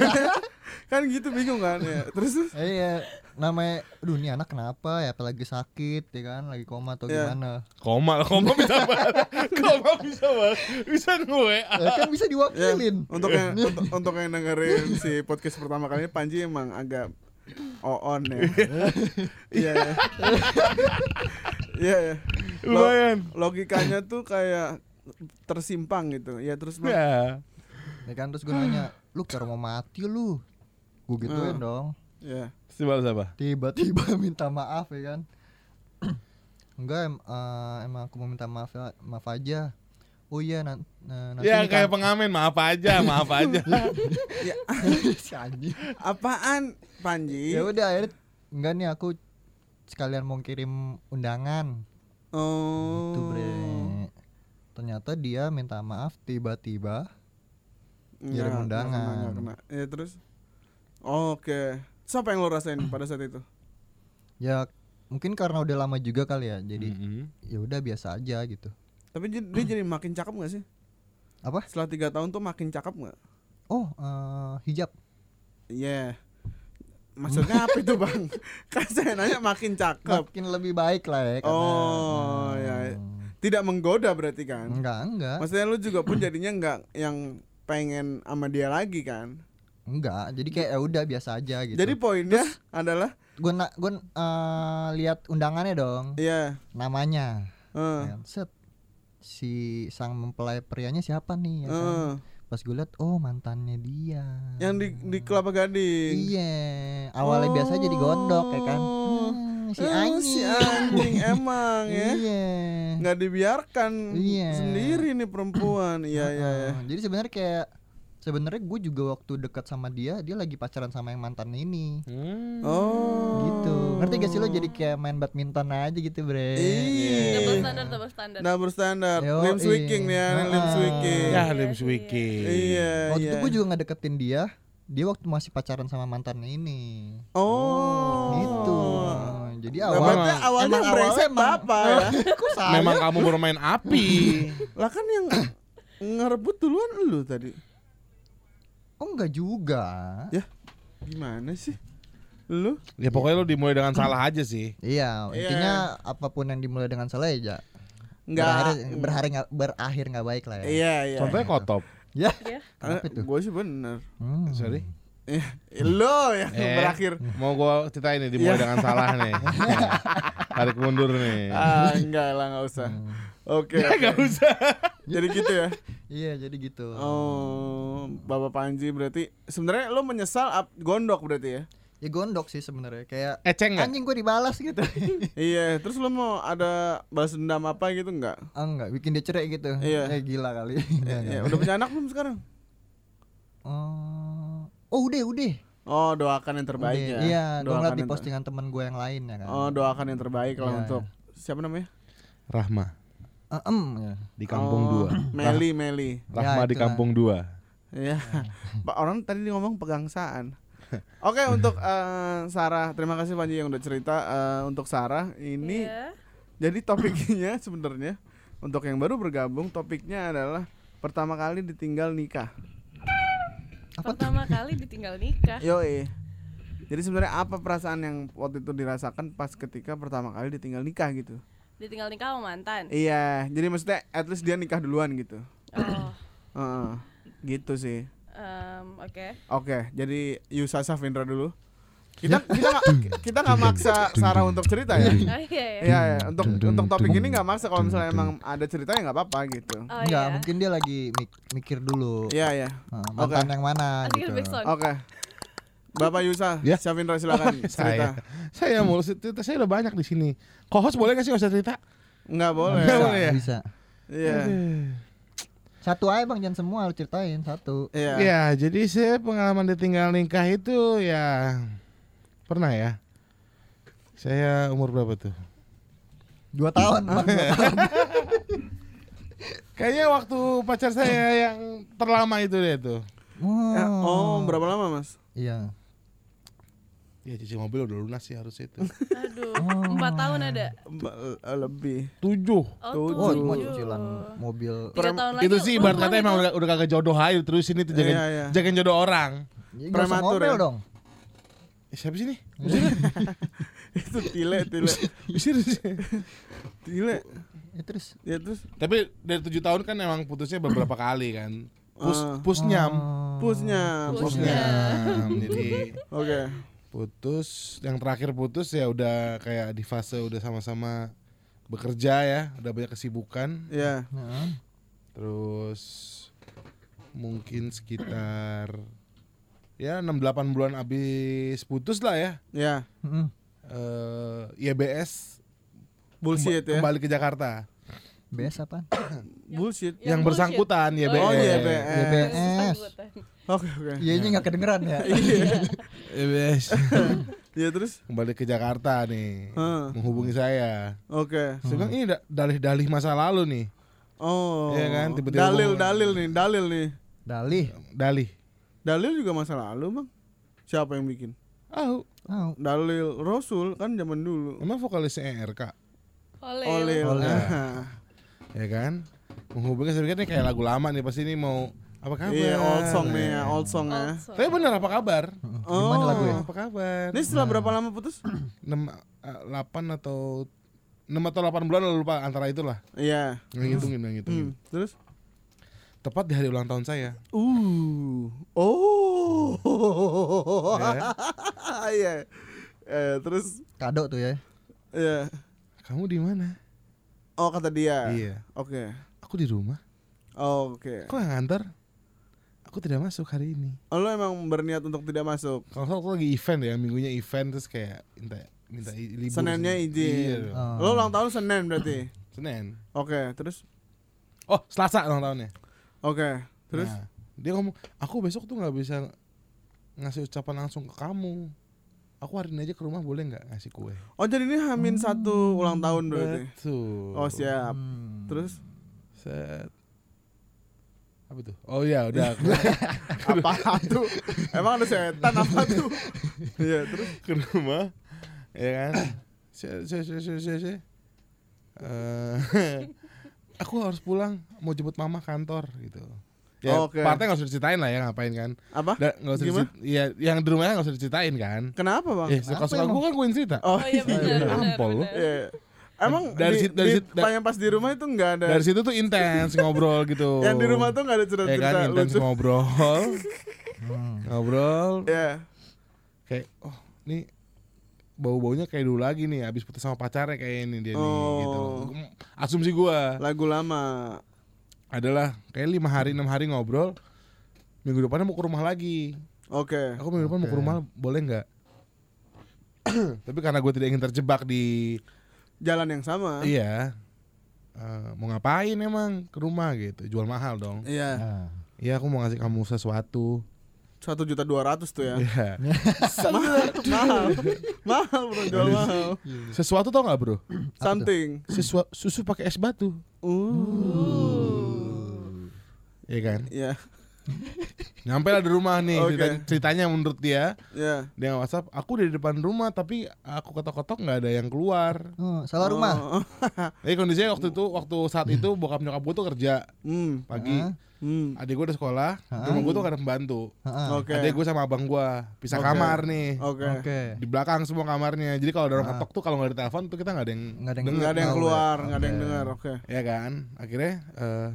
A: kan gitu bingung kan ya. Terus terus,
C: Eh, iya namanya aduh ini anak kenapa ya apalagi sakit ya kan lagi koma atau
A: Iya.
C: gimana
B: koma, koma bisa banget. Koma bisa banget. Bisa nge
C: Eh, kan bisa
A: ya,
C: diwakilin
A: untuk yang untuk, untuk yang dengerin si podcast pertama kali ini Panji emang agak on ya. Iya. iya. Iya. iya. Lo-
B: Lumayan.
A: Logikanya tuh kayak tersimpang gitu. Ya terus
C: Iya.
A: Bang.
B: Ya.
C: ya kan terus gue nanya lu kayak mau mati lu gue gituin
A: Hmm.
C: dong
A: Iya.
B: Coba apa?
C: tiba-tiba minta maaf ya kan enggak em- eh, emang aku mau minta maaf ya- maaf aja oh iya nan- eh, nanti
B: Ya
C: di
B: kayak
C: kan-
B: pengamen, maaf aja, maaf aja.
C: Si anjing.
A: Apaan Panji?
C: ya udah akhirnya enggak nih aku sekalian mau kirim undangan
A: Oh.
C: itu bre ternyata dia minta maaf tiba-tiba Kirim
A: Nggak,
C: undangan.
A: nggak kena, nggak kena. Ya terus. Oh, Oke. Terus apa yang lo rasain pada saat itu?
C: ya mungkin karena udah lama juga kali ya jadi
B: Mm-mm.
C: ya udah biasa aja gitu
A: Tapi j- dia jadi makin cakep gak sih?
C: Apa?
A: Setelah tiga tahun tuh makin cakep gak?
C: oh eh, hijab
A: Iya. Maksudnya apa itu bang? Kan saya nanya makin cakep.
C: makin lebih baik lah ya karena,
A: Oh, ya. Tidak menggoda berarti kan?
C: enggak enggak
A: Maksudnya lu juga pun jadinya nggak yang pengen sama dia lagi kan?
C: Enggak, jadi kayak ya udah biasa aja gitu.
A: Jadi poinnya adalah
C: gue na- gue eh, lihat undangannya dong,
A: ya
C: namanya.
A: eh,
C: ya kan. Set. Si sang mempelai prianya siapa nih ya kan?
A: eh, Ya,
C: Pas gue lihat oh mantannya dia.
A: yang di di Kelapa Gading.
C: Iya, awalnya biasa jadi gondok ya kan.
A: Oh.
C: Hmm, si
A: Eh,
C: anjing.
A: si anjing emang ya.
C: Iya.
A: nggak dibiarkan
C: Iya.
A: sendiri nih perempuan iya iya iya
C: Heeh, Eh, Jadi sebenarnya kayak sebenarnya gue juga waktu dekat sama dia, dia lagi pacaran sama yang mantan ini.
B: Hmm.
A: oh
C: gitu ngerti gak sih lo jadi kayak main badminton aja gitu bre
E: Double
A: iya
E: standar, double standar.
A: double standard
C: Yoi.
A: limb swicking nih ya ini limb
C: Ah.
A: swicking
B: Ya, Lim Swiki.
A: iya
C: waktu
A: iya
C: itu gue juga ngedeketin dia dia waktu masih pacaran sama mantannya ini
A: oh
C: gitu jadi
A: Nah,
C: awal
A: berarti awalnya
C: emang
A: brengsek
C: awalnya emang-
A: bapak ya
C: kok saya
B: Memang kamu bermain api.
A: lah kan yang ngerebut duluan lu tadi
C: oh enggak juga
A: Ya. gimana sih lu
B: ya pokoknya lo dimulai dengan salah aja sih.
C: iya
A: Iya.
C: intinya apapun yang dimulai dengan salah ya Ja.
A: nggak mm.
C: berakhir berakhir nggak- berakhir nggak baik lah ya
A: iya iya
B: Contohnya kotop.
C: ya
E: Ya.
C: Kenapa itu?
A: gue sih bener
C: Hmm.
B: Sorry.
A: lo yang
B: Eh.
A: berakhir
B: Mau gua ceritain nih
A: Iya.
B: dimulai dengan salah nih. Tarik mundur nih.
C: Iya.
A: ah enggak lah nggak usah
C: Oh.
A: oke
B: Gak usah.
A: jadi gitu ya
C: iya jadi gitu
A: Oh, Bapak Panji berarti sebenarnya lo menyesal ap, gondok berarti ya?
C: ya gondok sih sebenarnya kayak
B: Eceng nggak?
C: anjing gue dibalas gitu
A: iya, terus lo mau ada balas dendam apa gitu nggak?
C: oh, enggak bikin dia cerai gitu
A: Iya.
C: ya gila kali Enggak,
A: Ya,
C: enggak.
A: udah punya anak belum sekarang?
C: Oh, oh udah udah.
A: Oh, doakan yang terbaik ya.
C: Udah, Iya, gue ngeliat di
A: yang ter-
C: postingan temen gue yang lain ya kan.
A: Oh, doakan yang terbaik lah
C: Iya,
A: untuk siapa namanya?
B: Rahma
C: Eh, em, ya.
B: di kampung
A: Oh,
B: dua. Rah-
A: Meli, Meli.
B: Rahma
C: Ya,
B: di
C: itulah.
B: kampung dua.
A: Iya. Pak orang tadi ngomong pegangsaan. Oke, untuk eh, Sarah, terima kasih Panji yang udah cerita Eh, untuk Sarah ini
E: Iya.
A: Jadi topiknya sebenarnya untuk yang baru bergabung topiknya adalah pertama kali ditinggal nikah.
E: Pertama kali ditinggal nikah.
A: Yoi. Jadi sebenarnya apa perasaan yang waktu itu dirasakan pas ketika pertama kali ditinggal nikah gitu?
E: Ditinggal nikah sama mantan.
A: Iya, jadi maksudnya at least dia nikah duluan gitu.
E: Oh.
A: Heeh. gitu sih.
E: em, Oke.
A: Oke, jadi Yusa Safindra dulu. Kita kita nggak- kita nggak maksa Sarah untuk cerita ya.
E: Oh iya ya.
A: Iya, iya. untuk untuk topik ini nggak maksa kalau misalnya emang ada ceritanya nggak apa-apa gitu.
E: Oh
C: Enggak,
E: iya.
C: mungkin dia lagi mik- mikir dulu.
A: Iya, iya.
C: Eh, mantan yang mana gitu.
E: Asik backsound.
A: Oke. Bapak Yusa,
B: Ya.
A: Syafindra silakan
B: saya
A: cerita.
B: saya mau cerita saya udah banyak di sini kohos boleh nggak sih nggak usah cerita
A: Enggak boleh.
B: Nggak
C: Bisa,
B: boleh ya?
C: bisa.
A: Iya.
C: Satu aja bang, jangan semua harus ceritain satu.
A: Iya.
B: ya jadi saya pengalaman ditinggal nikah itu ya pernah ya saya umur berapa tuh
C: dua tahun Bang, dua tahun.
D: Kayaknya waktu pacar saya yang terlama itu deh tuh.
C: Wah.
A: Eh, oh berapa lama mas?
C: iya
D: Ya cuci mobil udah lunas sih harus itu.
E: Aduh, empat tahun ada.
A: Ba- eh, Lebih.
D: Tujuh.
A: Oh. Tujuh.
C: oh
E: tujuh.
C: cuma cicilan mobil
E: Tiga tahun lagi.
A: gitu
E: oh,
D: itu sih ibarat
E: belum
D: kata emang
E: itu.
D: udah, udah kagak jodoh aja terusin itu jagain,
A: Iya, iya.
D: jagain jodoh orang.
C: Ya, nggak usah
A: Prematur ya?
C: ngomel dong
D: Eh, siapa sih nih?
A: Itu tile tile
D: Usir, usir.
A: tile.
C: ya, terus
A: Ya terus
D: Tapi dari tujuh tahun kan emang putusnya beberapa kali kan. Pus,
A: Ah.
D: pusnyam.
C: Oh.
A: pusnya.
E: Pusnya.
D: Pusnyam. Jadi
A: Oke.
D: putus yang terakhir putus ya udah kayak di fase udah sama-sama bekerja ya udah banyak kesibukan
A: Ya.
C: Nah,
D: terus mungkin sekitar ya 6-8 bulan abis putus lah ya
A: Ya.
C: mm-mm.
D: eh IBS
A: Bullshit ya.
D: kembali ke Jakarta
C: BS apaan?
A: Bullshit.
E: Yang
D: yang, bersangkutan YBS,
A: Oh,
D: YBS.
A: YBS.
E: E.
C: BBS.
A: Oke oke.
C: Iya ini nggak kedengeran ya.
A: Iya. Eh, Ya terus.
D: kembali ke Jakarta nih
A: Heeh.
D: menghubungi saya
A: Oke.
D: saya bilang ini da- dalih-dalih masa lalu nih
A: Oh.
D: Iya kan, tiba-tiba
A: Dalil
D: ngomong.
A: dalil nih dalil nih.
C: Dalih.
D: dalih
A: Dalil juga masa lalu bang. Siapa yang bikin?
D: ah
C: Oh,
A: Dalil Rasul kan zaman dulu.
D: emang vokalisnya ERK
E: Oleh.
A: Oleh.
C: Oleh.
A: Ah.
D: ya kan menghubungi sebenarnya ini kayak lagu lama nih pasti ini mau apa kabar
A: Iya old song nih ya, old song ya.
E: Also.
D: tapi bener apa kabar
C: gimana
A: Oh.
C: lagu ya?
D: apa kabar
A: Ini setelah berapa lama putus?
D: enam eh, delapan atau enam atau delapan bulan lalu lupa antara itulah
A: Iya.
D: ngitungin ngitungin
A: Hmm, Terus?
D: tepat di hari ulang tahun saya
A: Uh. Oh.
D: ya.
A: Iya. Eh, terus
C: Kado tuh ya.
A: ya.
D: kamu di mana
A: Oh kata dia.
D: iya
A: Oke.
D: aku di rumah
A: Oh, Oke.
D: kok yang nganter aku tidak masuk hari ini
A: Oh, lo emang berniat untuk tidak masuk?
D: kalau nggak, aku lagi event ya minggunya event terus kayak minta minta i- libur
A: Seninnya izin.
D: Iya dong.
C: Oh.
A: Lo ulang tahun Senin berarti.
D: Senin
A: Oke, terus
D: oh Selasa ulang tahunnya
A: oke, terus
D: Nah, dia ngomong, aku besok tuh nggak bisa ngasih ucapan langsung ke kamu. Aku hari ini aja ke rumah boleh nggak ngasih kue?
A: oh jadi ini Hamin satu ulang tahun berarti.
D: Betul.
A: Oh siap.
C: Hmm.
A: Terus
D: Set. Apa tuh? Oh iya udah ke,
A: apa tuh? Emang ada setan apa tuh? Iya terus.
D: ke rumah, ya kan? Set, set, set, set, set, set. Eh, aku harus pulang mau jemput mama kantor gitu. Ya,
A: Oke.
D: partnya nggak usah diceritain lah ya ngapain kan?
A: Apa?
D: Da- Nggak usah
A: Gimana?
D: diceritain. Iya, yang di rumahnya nggak usah diceritain kan?
A: Kenapa bang?
D: Eh, suka-suka
C: emang?
D: gue kan gue yang cerita.
A: Oh,
E: Oh iya benar.
D: Ampol
E: benar,
D: lo.
E: benar.
A: iya. Emang
D: Dari
A: dari, di,
D: situ- dari
A: di
D: situ- da-
A: tanya pas di rumah itu nggak ada.
D: dari situ tuh intens ngobrol gitu
A: iya. yang di rumah tuh nggak ada cerita
D: ya
A: cerita
D: kan intens
A: lucu.
D: ngobrol Hmm, ngobrol
A: Iya.
D: kayak oh ini bau baunya kayak dulu lagi nih abis putus sama pacarnya kayak ini dia nih
A: Oh.
D: gitu asumsi gua
A: Lagu lama.
D: adalah kayak lima hari enam hari ngobrol minggu depannya mau ke rumah lagi
A: Oke.
D: aku minggu depan mau ke rumah boleh nggak tapi karena gue tidak ingin terjebak di
A: Jalan yang sama.
D: iya eh, mau ngapain emang ke rumah gitu jual mahal dong
A: Iya.
C: Ah.
D: Iya aku mau ngasih kamu sesuatu
A: Satu juta dua ratus tuh ya.
D: Iya
A: mahal, mahal, mahal bro, jual mahal.
D: Sesuatu tau gak bro?
A: Something.
D: Sesua- susu pakai es batu
A: Uh.
D: Iya kan?
A: Ya,
D: Nyampe lah di rumah nih
A: Oke.
D: cerita- Ceritanya menurut dia
A: ya.
D: Dia whatsapp Aku udah di depan rumah Tapi aku ketok-ketok gak ada yang keluar
C: Oh, salah rumah.
A: Oh.
D: Jadi kondisinya waktu itu Waktu saat itu bokap nyokap gue tuh kerja
A: Hmm,
D: Pagi
C: Ah.
A: hmm.
D: Adik gue udah sekolah
C: Ah.
D: Rumah gue tuh gak ada pembantu
C: Ah, ah.
A: Oke.
D: Adik gue sama abang gue Pisah
A: Oke.
D: kamar nih
A: Oke.
C: Oke.
D: Di belakang semua kamarnya Jadi kalau ada orang ketok tuh Kalau gak ditelepon tuh kita gak ada yang
C: Nggak ada yang
D: denger.
A: Nggak ada yang
C: Oke.
A: keluar, nggak ada yang dengar. Oke.
D: ya kan akhirnya eh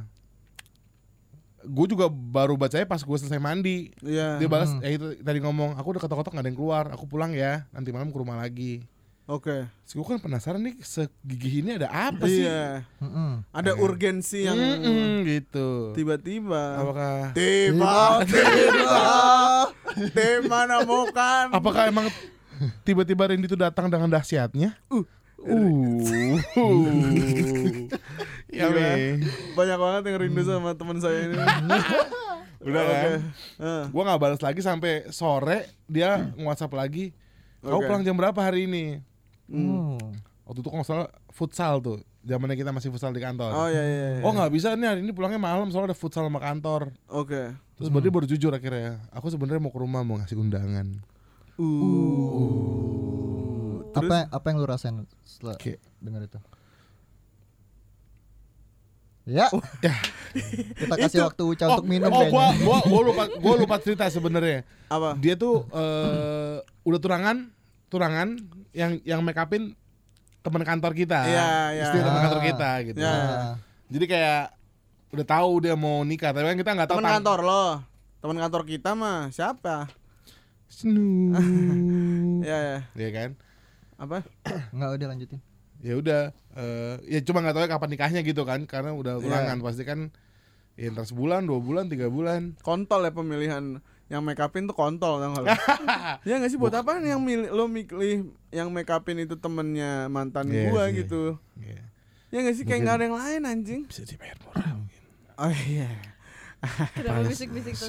D: gue juga baru bacanya pas gue selesai mandi
A: Iya.
D: dia balas eh itu tadi ngomong aku udah ketok-ketok gak ada yang keluar aku pulang ya nanti malam ke rumah lagi
A: Oke.
D: Terus gue kan penasaran nih segigi ini ada apa sih
A: Iya.
C: Mm-mm.
A: Ada urgensi yang
D: Mm-mm, gitu
A: tiba-tiba.
D: apakah
A: Tiba-tiba. Di mana mau kan?
D: apakah emang tiba-tiba Randy itu datang dengan dahsyatnya uh
A: Iya
D: ya
A: Gila.
D: weh.
A: kan?
D: Hmm.
A: Banyak banget yang rindu sama teman saya ini.
D: udah
A: Oke.
D: kan
A: Ah,
D: gue nggak balas lagi sampai sore Hmm. dia nge WhatsApp lagi kamu
A: Oke.
D: pulang jam berapa hari ini
A: hmm.
C: Oh.
D: waktu itu kalau nggak salah futsal tuh zamannya kita masih futsal di kantor
A: Oh iya iya. iya.
D: oh nggak bisa nih hari ini pulangnya malam soalnya ada futsal sama kantor
A: Oke.
D: terus berarti baru jujur akhirnya aku sebenarnya mau ke rumah mau ngasih undangan Uh.
A: Terus?
C: apa apa yang lu rasain setelah
D: Oke.
C: dengar itu ya kita kasih waktu Uca untuk minum
D: oh
C: kayaknya.
D: gua gua gua lupa gua lupa cerita sebenarnya
A: Apa?
D: dia tuh eh, udah tunangan tunangan yang yang make upin teman kantor kita
A: Iya, iya.
D: istri teman
C: Ah.
D: kantor kita gitu
A: Iya.
C: Nah,
D: jadi kayak udah tahu dia mau nikah tapi kan kita nggak tahu
A: Teman
D: tang-
A: kantor lo. Teman kantor kita mah siapa?
D: Snoop.
A: Ya ya.
D: ya kan
A: Apa?
C: nggak udah lanjutin
D: ya udah eh, ya cuma nggak tahu kapan nikahnya gitu kan karena udah
A: Iya.
D: tunangan pasti kan ya entar sebulan dua bulan tiga bulan
A: Kontol ya pemilihan yang make upin tuh kontol tau nggak lo? ya nggak sih buat apa yang milih lo milih yang make upin itu temennya mantan
D: Iya
A: gua
D: sih.
A: gitu.
D: Iya.
A: Ya nggak sih kayak nggak ada yang lain anjing.
D: bisa dibayar murah mungkin
A: Oh iya.
E: Kenapa bisik-bisik tuh?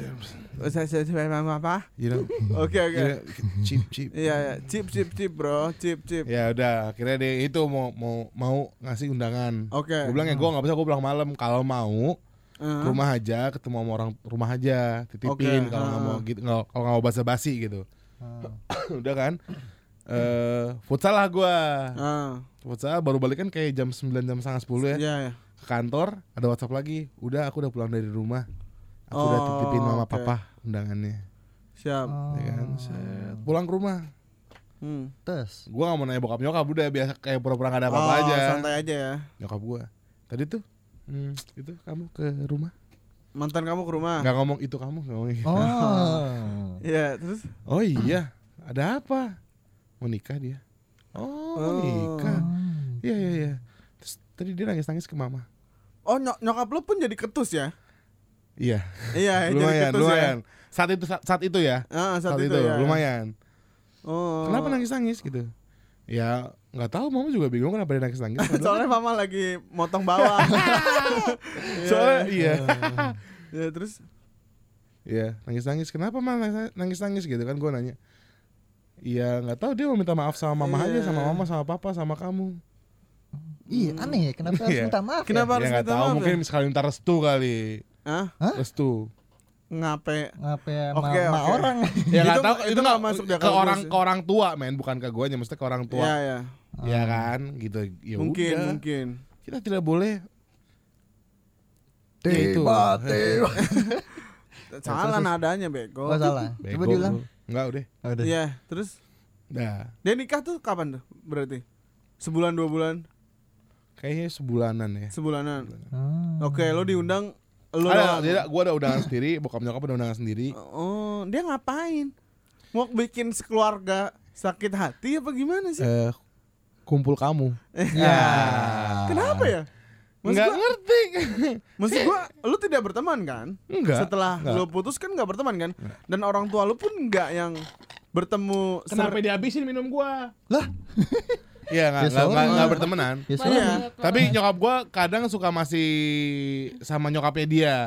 A: Saya saya apa?
D: you know,
A: Oke oke.
D: you know, cheap cheap
A: Iya iya. Chip chip chip bro. Chip chip.
D: ya udah akhirnya dia itu mau mau mau ngasih undangan
A: Oke.
D: gue bilang ya gue nggak bisa gue pulang malam kalau mau
A: Eh,
D: ke rumah aja ketemu sama orang rumah aja titipin
A: Oke,
D: kalau nggak
A: ah.
D: mau gitu nggak- kalau nggak mau basa-basi gitu
C: Ah,
D: udah kan eh futsal lah gue
A: ah.
D: futsal baru balik kan kayak jam 9 jam setengah
A: Iya
D: 10 ya
A: iya.
D: ke kantor ada WhatsApp lagi udah aku udah pulang dari rumah aku udah
A: Oh,
D: titipin mama
A: oke. Oh.
D: papa undangannya
A: Siap.
C: Oh.
D: ya kan Set. pulang ke rumah
A: Hmm.
C: tes
D: gue gak mau nanya bokap nyokap udah biasa kayak pura-pura gak ada apa-apa
A: Oh,
D: aja
A: Santai aja ya.
D: nyokap gue tadi tuh hmm, itu kamu ke rumah
A: Mantan kamu ke rumah.
D: nggak ngomong itu kamu nggak ngomong gitu."
C: oh
D: Hmm.
A: Iya, terus
D: oh iya ada apa mau nikah dia oh, mau
A: Oh.
D: nikah iya iya iya terus tadi dia nangis nangis ke mama
A: oh nyok nyokap lu pun jadi ketus ya?
D: iya
A: Iya, jadi
D: lumayan
A: ketus
D: lumayan
A: ya.
D: saat itu saat, saat itu ya
A: Ah,
D: saat,
A: saat,
D: itu,
A: ya.
D: lumayan
A: Oh.
D: kenapa nangis nangis gitu ya nggak tahu mama juga bingung kenapa dia nangis nangis
A: Soalnya mama lagi motong bawang. Iya.
D: soalnya iya
A: Ya, terus
D: iya nangis nangis kenapa mama nangis nangis gitu kan gue nanya Iya nggak tahu dia mau minta maaf sama mama
A: Iya.
D: aja sama mama sama papa sama kamu
C: iya aneh ya kenapa harus
D: Iya.
C: minta maaf ya?
A: kenapa
D: ya
A: harus
D: nggak
A: minta
D: tahu
A: maaf?
D: mungkin
A: ya?
D: sekali minta restu kali
A: Hah?
C: Hah?
D: restu
A: Ngape?
C: ngapa ya ma,
A: Oke,
C: ma
A: oke.
C: orang
D: ya nggak
A: Itu-
D: tahu
A: itu
D: itu
A: nggak
D: nggak
A: masuk
D: masuk
A: di
D: ke
A: akal gue
D: orang
A: sih.
D: ke orang tua men bukan ke guanya mesti ke orang
A: Iya,
D: tua
A: ya.
D: ya kan gitu ya
A: Mungkin,
D: udah.
A: mungkin.
D: kita tidak boleh Ya itu.
C: Gitu.
A: Salah nadanya bego.
C: Gak salah coba
D: Bego
C: diulang
D: lu. Enggak udah. Ya.
C: udah
A: Iya, terus
D: Nah,
A: dia nikah tuh kapan tuh? Berarti sebulan dua bulan
D: kayaknya sebulanan ya.
A: sebulanan.
C: Ah.
A: Oke, lo diundang lo
D: Ada,
A: doang.
D: tidak, gua ada undangan sendiri, bokap nyokap ada undangan sendiri.
A: Oh, dia ngapain? Mau bikin sekeluarga sakit hati apa gimana sih?
D: Eh, kumpul kamu.
C: ya
A: Kenapa ya? Maksud
D: Enggak
A: gua-
D: ngerti.
A: Maksud gua lu tidak berteman kan?
D: Enggak.
A: Setelah lu
D: enggak.
A: putus kan nggak berteman kan? Dan orang tua lu pun nggak yang bertemu
B: Kenapa
A: ser-
B: dihabisin minum gua?
D: Iya, enggak,
C: Ya,
D: enggak,
C: soalnya.
D: enggak, enggak bertemenan.
C: ya
E: Malah
C: soalnya
E: nggak pernah.
D: Tapi nyokap gua kadang suka masih sama nyokapnya dia.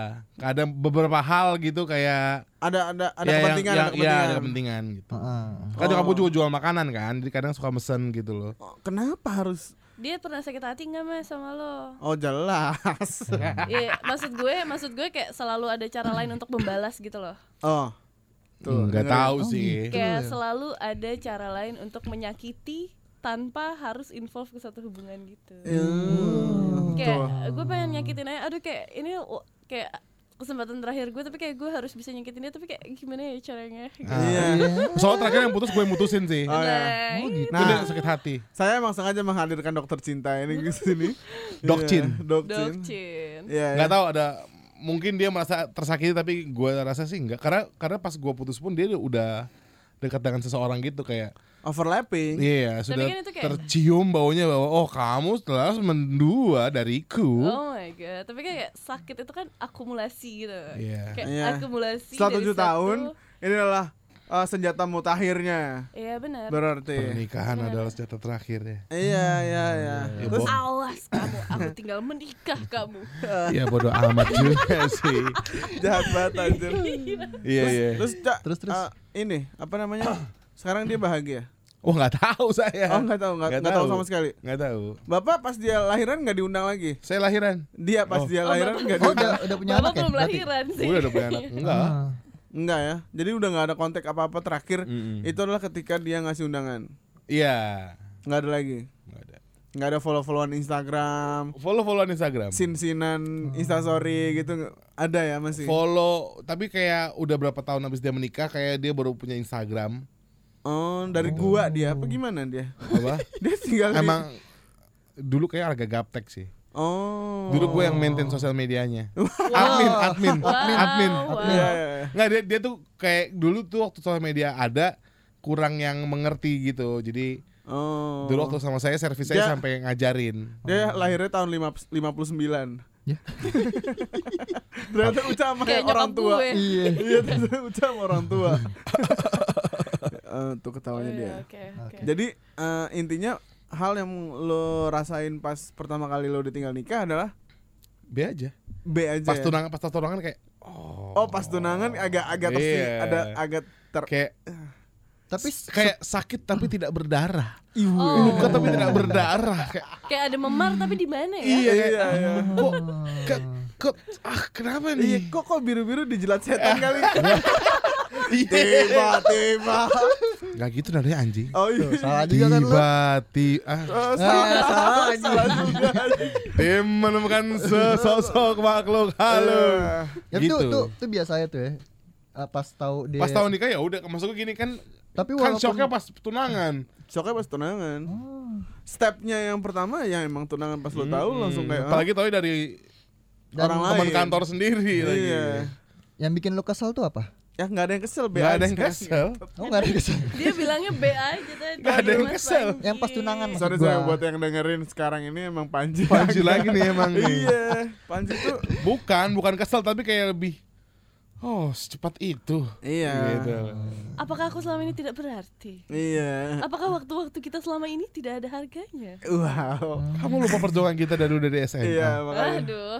D: Kadang beberapa hal gitu kayak
A: ada ada ada
D: ya, yang-
A: kepentingan ada
D: yang- ya,
A: kepentingan.
D: ada kepentingan gitu.
C: Heeh.
D: Kan
A: Oh.
D: nyokap gua juga jual makanan kan, jadi kadang suka mesen gitu loh.
A: Oh, kenapa harus
E: Dia pernah sakit hati nggak mas sama lo?
A: Oh, jelas.
D: Hmm.
E: Iya, maksud gue, maksud gue kayak selalu ada cara lain untuk membalas gitu loh.
A: oh. Tuh,
D: Enggak
A: dengerin.
D: Hmm,
A: gitu.
D: tahu
C: Oh,
D: sih.
E: Kayak selalu ada cara lain untuk menyakiti tanpa harus involve ke satu hubungan gitu.
A: Iya, Hmm. Tuh.
E: Kayak gue pengen nyakitin aja, aduh kayak ini w- kayak kesempatan terakhir gue tapi kayak gue harus bisa nyakitin dia tapi kayak gimana ya caranya?
D: Ah.
E: Gitu.
A: Iya.
D: Soalnya terakhir yang putus gue yang mutusin sih.
A: Oh, ya.
E: Nah,
D: Itu
A: Nah.
D: dia sakit hati.
A: Saya emang sengaja menghadirkan dokter cinta ini ke sini.
D: Dokcin.
A: Iya, Dokcin.
E: Dokcin.
A: Iya.
D: Nggak tahu ada mungkin dia merasa tersakiti tapi gue rasa sih enggak karena karena pas gue putus pun dia udah dekat dengan seseorang gitu kayak
A: Overlapping.
D: iya sudah
E: kan itu kayak-
D: tercium baunya bahwa oh kamu telah mendua dariku
E: Oh my god, tapi kayak sakit itu kan akumulasi gitu.
D: Iya.
E: Kayak
A: Iya.
E: akumulasi
A: Setelah
E: dari
A: tujuh
E: satu-
A: tahun, ini adalah eh, senjata mutakhirnya.
E: Iya benar.
A: Berarti.
D: pernikahan adalah senjata terakhir ya
A: Iya, iya, iya.
D: ya,
A: Terus
D: bo-
E: Awas kamu, aku tinggal menikah kamu.
D: ya bodoh amat juga sih
A: jahat banget anjir.
D: iya iya
A: Terus, Cak,
C: Terus, terus.
A: eh, ini apa namanya? Sekarang dia bahagia.
D: Oh nggak tahu saya.
A: Oh nggak tahu nggak
D: Nggak
A: nggak tahu
D: tahu.
A: sama sekali.
D: Nggak tahu.
A: Bapak pas dia lahiran nggak diundang lagi.
D: Saya lahiran.
A: Dia pas
D: Oh.
A: dia
E: Oh,
A: lahiran
E: Bapak-
A: nggak
C: Oh,
A: diundang.
C: udah udah punya
E: Bapak
C: anak ya?
E: belum
C: berarti?
E: lahiran sih.
D: Gue udah punya anak. Enggak.
C: Ah.
A: Enggak ya. Jadi udah nggak ada kontak apa-apa terakhir.
D: Mm-mm.
A: Itu adalah ketika dia ngasih undangan.
D: Iya.
A: Nggak ada lagi.
D: Nggak ada.
A: Nggak ada follow-followan Instagram,
D: Follow followan Instagram.
A: sin-sinan instastory gitu nggak- ada ya masih.
D: Follow. Tapi kayak udah berapa tahun habis dia menikah kayak dia baru punya Instagram.
A: Oh, dari gua dia apa gimana dia?
D: Apa?
A: Dia tinggal di-
D: Emang dulu kayak agak gaptek sih.
A: Oh.
D: Dulu gue yang maintain sosial medianya.
E: Wow.
D: Admin, admin,
E: Wow,
D: admin, admin.
E: wow.
A: Iya, iya, iya.
D: Nggak dia dia tuh kayak dulu tuh waktu sosial media ada kurang yang mengerti gitu. Jadi
A: Oh.
D: dulu waktu sama saya servis saya
A: Dia-
D: sampai ngajarin.
A: Dia lahirnya tahun lima- 59
C: Ya.
A: Ternyata Uca sama
E: Kayak
A: orang
E: nyokap
A: tua
E: gue.
C: Iya.
A: Iya ternyata Uca sama orang tua Eh, Tuh ketawanya
E: Oh, iya,
A: dia
E: Oke, oke.
A: Jadi eh, intinya hal yang lo rasain pas pertama kali lo ditinggal nikah adalah
D: Be aja.
A: B aja
D: Pas
A: ya?
D: tunangan, pas tunangan kayak oh.
A: Oh pas tunangan agak-agak pasti
D: Iya.
A: ada agak ter
D: Kayak
C: Tapi
D: s- kayak sakit tapi tidak berdarah.
E: Oh.
D: Luka tapi tidak berdarah. Kayak
E: Kayak ada memar tapi di mana ya?
D: iya, kayak,
A: Iya, iya.
D: Kok ke- kok ah kenapa
A: Iya,
D: nih?
A: kok kok biru-biru dijilat
D: Eh.
A: setan kali?
D: Iya.
A: Tiba-tiba.
D: Nggak gitu nadanya anjing. ah.
A: Oh iya.
D: Eh,
C: salah juga kan lu.
D: Tiba-tiba
A: Oh, salah,
C: salah
A: salah, salah juga.
D: Eh. tim menemukan sesosok makhluk halus.
A: Eh,
C: Ya
D: Gitu.
C: itu tuh tuh biasanya tuh ya. Ah, Pas tahu dia.
D: Pas tahun nikah ya udah masuk gini kan
C: Tapi
D: kan
C: walaupun Iya.
D: shocknya pas tunangan.
A: Shocknya pas tunangan.
C: Oh,
A: Stepnya yang pertama ya emang tunangan pas lo tahu
D: Mm-mm.
A: langsung kayak
D: Hmm. ya,
A: "Ah,
D: apalagi tahu dari
C: Dan
A: Orang
D: teman
A: lain.
D: kantor sendiri
A: "Ah,
D: lagi.
A: Iya.
C: yang bikin lu kesel tuh apa?
A: Ya nggak ada yang kesel, be
D: Gak ada
A: aja.
D: yang kesel.
C: Oh, enggak ada kesel.
E: Dia bilangnya B aja tadi.
D: Nggak ada yang
E: Mas
D: kesel.
E: Panji.
C: Yang pas tunangan maksud
A: Sorry
C: gua.
A: saya buat yang dengerin sekarang ini emang Panji.
D: Panji lagi nih emang nih.
A: iya, Panji tuh
D: Bukan, bukan kesel tapi kayak lebih Oh, secepat itu.
A: Iya.
D: Gitu.
E: Apakah aku selama ini tidak berarti?
A: Iya.
E: Apakah waktu-waktu kita selama ini tidak ada harganya?
A: Wow.
D: Kamu lupa perjuangan kita dari dulu dari SMA.
A: Iya, makanya.
E: Aduh.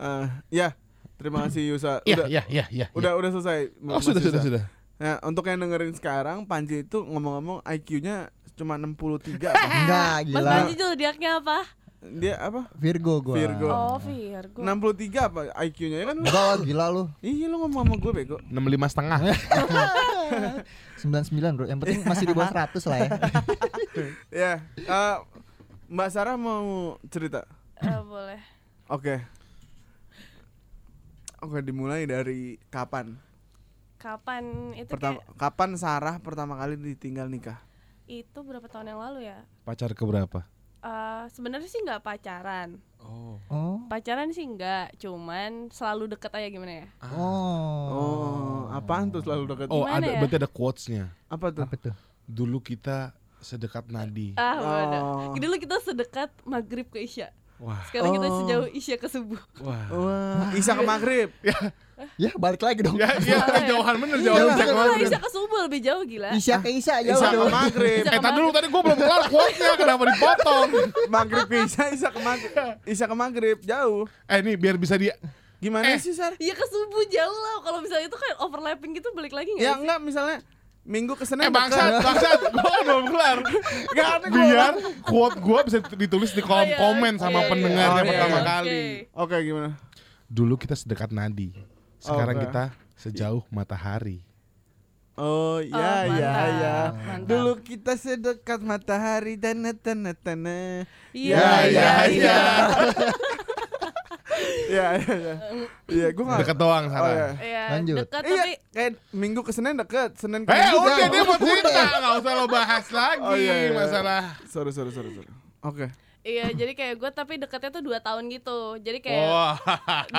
A: Eh, ya, terima kasih Yusa.
D: Iya,
A: Udah
D: iya, iya, iya.
A: udah udah selesai.
D: Oh,
A: Mas
D: sudah,
A: Yusa.
D: sudah, sudah.
A: Nah, untuk yang dengerin sekarang Panji itu ngomong-ngomong IQ-nya cuma 63 apa?
C: Enggak,
E: Ah, Mas
C: gila.
E: Panji zodiaknya apa?
A: Dia apa?
C: Virgo gua.
A: Virgo.
E: Oh, Virgo.
A: 63 apa IQ-nya ya kan lu?
C: Enggak lah, gila lu.
A: Iya lu ngomong sama gue bego.
D: 65 setengah.
C: 99, Bro. Yang penting masih di bawah 100 lah ya.
A: Ya, eh, Mbak Sarah mau cerita.
E: Eh, boleh.
A: Oke. Oke, dimulai dari kapan?
E: Kapan itu
A: Pertama
E: kayak-
A: kapan Sarah pertama kali ditinggal nikah?
E: itu berapa tahun yang lalu ya?
D: Pacar ke berapa?
E: Eh, sebenarnya sih nggak pacaran.
D: Oh.
C: Oh.
E: Pacaran sih nggak, cuman selalu deket aja gimana ya?
C: Oh.
A: Oh, apaan tuh selalu deket?
D: Oh,
E: Gimana
D: ada
E: ya?
D: berarti ada quotes-nya.
A: Apa tuh?
C: Apa tuh?
D: Dulu kita sedekat nadi.
E: Ah, bodoh.
A: Oh.
E: Dulu kita sedekat maghrib ke isya.
D: Wah,
E: Sekarang kita
A: Oh.
E: sejauh isya ke subuh.
D: wah.
A: Wah, Isa ke maghrib.
C: Ya, balik lagi dong.
D: Ya, iya,
E: Salah ya?
D: jauhan bener,
E: Iya,
D: jauhan
E: bener.
D: Jack banget.
E: Isya ke subuh lebih jauh
D: Ah.
E: gila.
C: Isya ke Isya ya.
A: Isa ke
C: udah.
A: maghrib.
E: Isa
D: Eh,
E: ke
D: tadi dulu tadi gue belum kelar quotes-nya, kenapa dipotong?
A: maghrib ke Isa, Isa ke maghrib. Isa ke maghrib jauh.
D: Eh, nih biar bisa dia
A: Gimana
D: Eh.
A: sih Sar?
E: Iya ke subuh jauh lah. Kalau misalnya itu kan overlapping gitu balik lagi nggak?
A: Ya
E: sih?
A: enggak misalnya minggu ke Senin
D: Eh
A: deket.
D: bangsat, bangsat, gue belum kelar.
A: Nggak ada gua.
D: Biar quote gue bisa ditulis di
E: Oh,
D: kolom
E: iya,
D: komen
E: oke.
D: sama pendengar
A: Oh,
D: yang
A: iya,
D: pertama
A: iya.
D: kali.
A: Oke gimana?
D: Dulu kita sedekat nadi, sekarang
A: Oke.
D: kita sejauh matahari.
A: Oh
E: Oh,
A: ya ya
E: mantap,
A: ya.
E: mantap.
A: Dulu kita sedekat matahari dan neten neten.
D: iya,
E: Iya iya
D: iya.
E: iya.
A: Ya ya ya. Iya gue nggak.
D: Dekat doang
A: Oh, iya.
D: Sarah.
E: Iya,
C: Lanjut.
E: dekat
A: Iya
E: tapi
A: kayak minggu ke Senin deket, Senin ke
D: Eh
A: Minggu
D: udah
A: jauh.
D: dia mau cerita, nggak usah lo bahas lagi
A: Oh, iya, iya.
D: masalah.
A: Sorry sorry sorry sorry. Oke.
E: iya jadi kayak gue tapi dekatnya tuh 2 tahun gitu. Jadi kayak
D: Wah,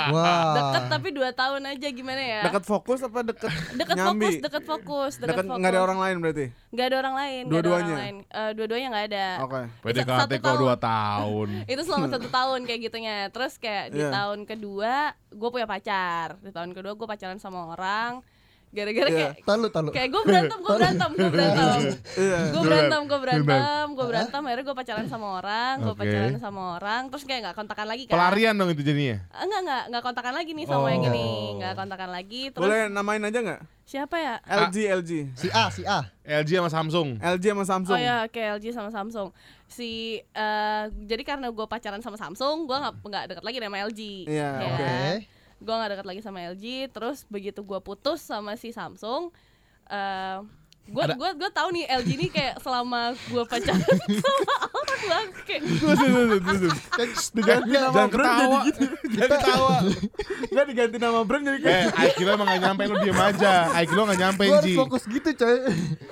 C: Wah.
E: deket tapi 2 tahun aja gimana ya?
A: Dekat fokus apa deket?
E: Dekat fokus,
A: nyambi?
E: dekat fokus, dekat
A: Dekat
E: fokus.
A: nggak ada orang lain berarti.
E: Nggak ada orang lain, nggak ada orang
A: Dua-duanya? Oh,
E: lain. Eh, dua-duanya nggak ada.
A: Oke.
D: PDKT
E: Satu
D: kok
E: tahun.
D: dua tahun.
E: itu selama satu tahun kayak gitunya terus kayak di
A: Iya.
E: tahun kedua gue punya pacar di tahun kedua gue pacaran sama orang gara-gara
A: Iya.
E: kayak
C: Talu talu.
E: kayak gue berantem gue berantem gue berantem
A: Iya.
E: gue berantem gue berantem gue berantem akhirnya gue pacaran sama orang gue
D: Oke.
E: pacaran sama orang terus kayak nggak kontakan lagi kan
D: Pelarian dong itu jadinya.
E: Ah, enggak enggak enggak kontakan lagi nih sama yang ini nggak kontakan lagi terus
A: Boleh namain aja nggak?
E: siapa ya
A: LG LG.
C: Si A si A.
D: LG sama Samsung.
A: LG sama Samsung.
E: Oh ya, oke LG sama Samsung. Si eh jadi karena gue pacaran sama Samsung, gue nggak nggak dekat lagi sama LG.
A: Iya,
E: ya.
A: oke.
E: Gue nggak dekat lagi sama LG. Terus begitu gue putus sama si Samsung, eh gue gue gue tahu nih LG ini kayak selama gue pacaran sama orang bangke.
D: Terus, terus, terus, terus, terus.
A: Diganti nama
D: Jangan
A: brand jadi
D: ketawa.
A: gitu.
D: Jangan ketawa.
A: Nggak diganti nama brand jadi kayak
D: Eh, IQ lo emang gak nyampe, lu diem aja. IQ lo gak nyampe,
C: Gue harus
D: Ji.
C: fokus gitu coy.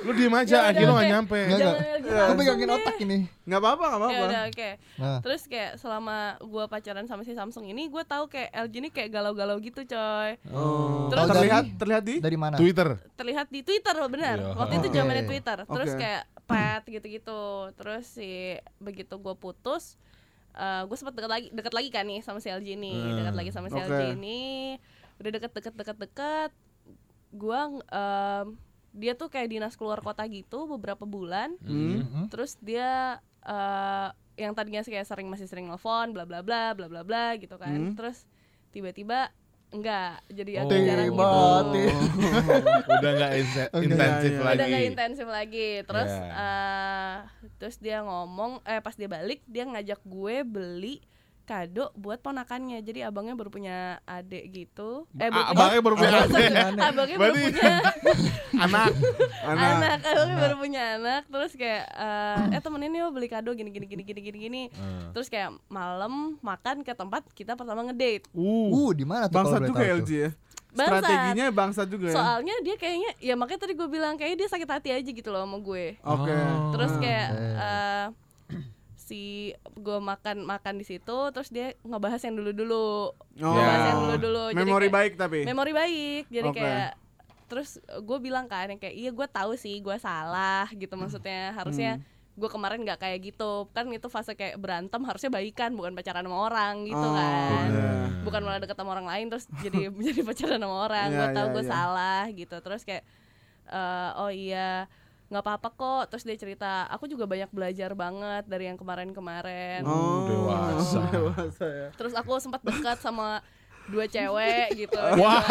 D: Lu diem aja,
E: Ya udah,
D: IQ lo
E: oke.
D: gak nyampe.
C: Nggak,
E: Jangan
C: nggak.
E: LG
C: Gue
E: Samsung
C: pegangin
E: deh.
C: otak ini.
A: nggak apa-apa nggak
E: Ya
A: apa-apa.
E: udah oke.
C: Nah,
E: Terus kayak selama gue pacaran sama si Samsung ini, gue tahu kayak LG ini kayak galau-galau gitu, coy.
A: Oh.
E: Terus-
A: terlihat terlihat di
C: dari mana?
D: Twitter.
E: terlihat di Twitter benar
B: Iya.
E: waktu itu
C: Oke.
E: zamannya Twitter terus
A: Oke.
E: kayak pet gitu-gitu terus si begitu gue putus eh gue sempet deket lagi deket lagi kan nih sama si LG ini deket lagi sama si
A: Oke.
E: LG ini udah deket deket deket deket gue em, dia tuh kayak dinas keluar kota gitu beberapa bulan
A: Hmm.
C: Mhm.
E: terus dia eh yang tadinya sih kayak sering masih sering nelfon bla bla bla bla bla bla gitu kan
A: Hmm.
E: terus tiba-tiba enggak jadi agak
A: Iya,
E: jarang
C: Tiba
E: gitu
C: tiba.
D: Udah gak inse-
C: Oke.
D: intensif
A: Iya, iya.
D: lagi.
E: udah gak intensif lagi terus
D: Ya.
E: eh, terus dia ngomong eh pas dia balik dia ngajak gue beli kado buat ponakannya jadi abangnya baru punya adik gitu
D: A-
E: eh baru punya-
D: abangnya baru punya
E: Abangnya
D: adik.
E: baru- abangnya baru
D: Berarti-
E: punya
D: Anak.
A: Anak.
E: anak abangnya baru punya anak terus kayak eh, eh temenin yuk beli kado gini gini gini gini gini gini
D: Hmm.
E: terus kayak malam makan ke tempat kita pertama ngedate
D: Uh.
C: Uh, di mana tuh
A: Bangsa
C: kalau boleh
A: juga
C: tahu
A: LG
C: tuh?
A: ya.
E: Bangsat.
A: Strateginya bangsa juga ya.
D: Iya.
E: soalnya dia kayaknya ya makanya tadi gue bilang kayaknya dia sakit hati aja gitu loh sama gue
A: Oke.
C: Oh.
E: terus
A: Hmm,
E: kayak
C: oke.
E: eh, si gue makan makan di situ terus dia ngebahas yang dulu dulu
A: Oh.
E: ngebahas
C: Ya.
E: yang dulu dulu
A: Memori baik tapi.
E: memori baik jadi
A: Oke.
E: kayak terus gue bilang kan yang kayak iya gue tahu sih gue salah gitu maksudnya
A: Hmm.
E: harusnya gue kemarin nggak kayak gitu kan itu fase kayak berantem harusnya baikan bukan pacaran sama orang gitu
A: Oh,
E: kan
A: iya.
E: bukan malah deket sama orang lain terus jadi jadi pacaran sama orang
A: Iya,
E: gue tahu
A: iya,
E: gue
A: iya.
E: salah gitu terus kayak eh, oh iya nggak apa-apa kok terus dia cerita aku juga banyak belajar banget dari yang kemarin-kemarin
A: Oh,
B: Dewasa.
A: Dewasa ya.
E: terus aku sempat dekat sama dua cewek gitu
D: Wah.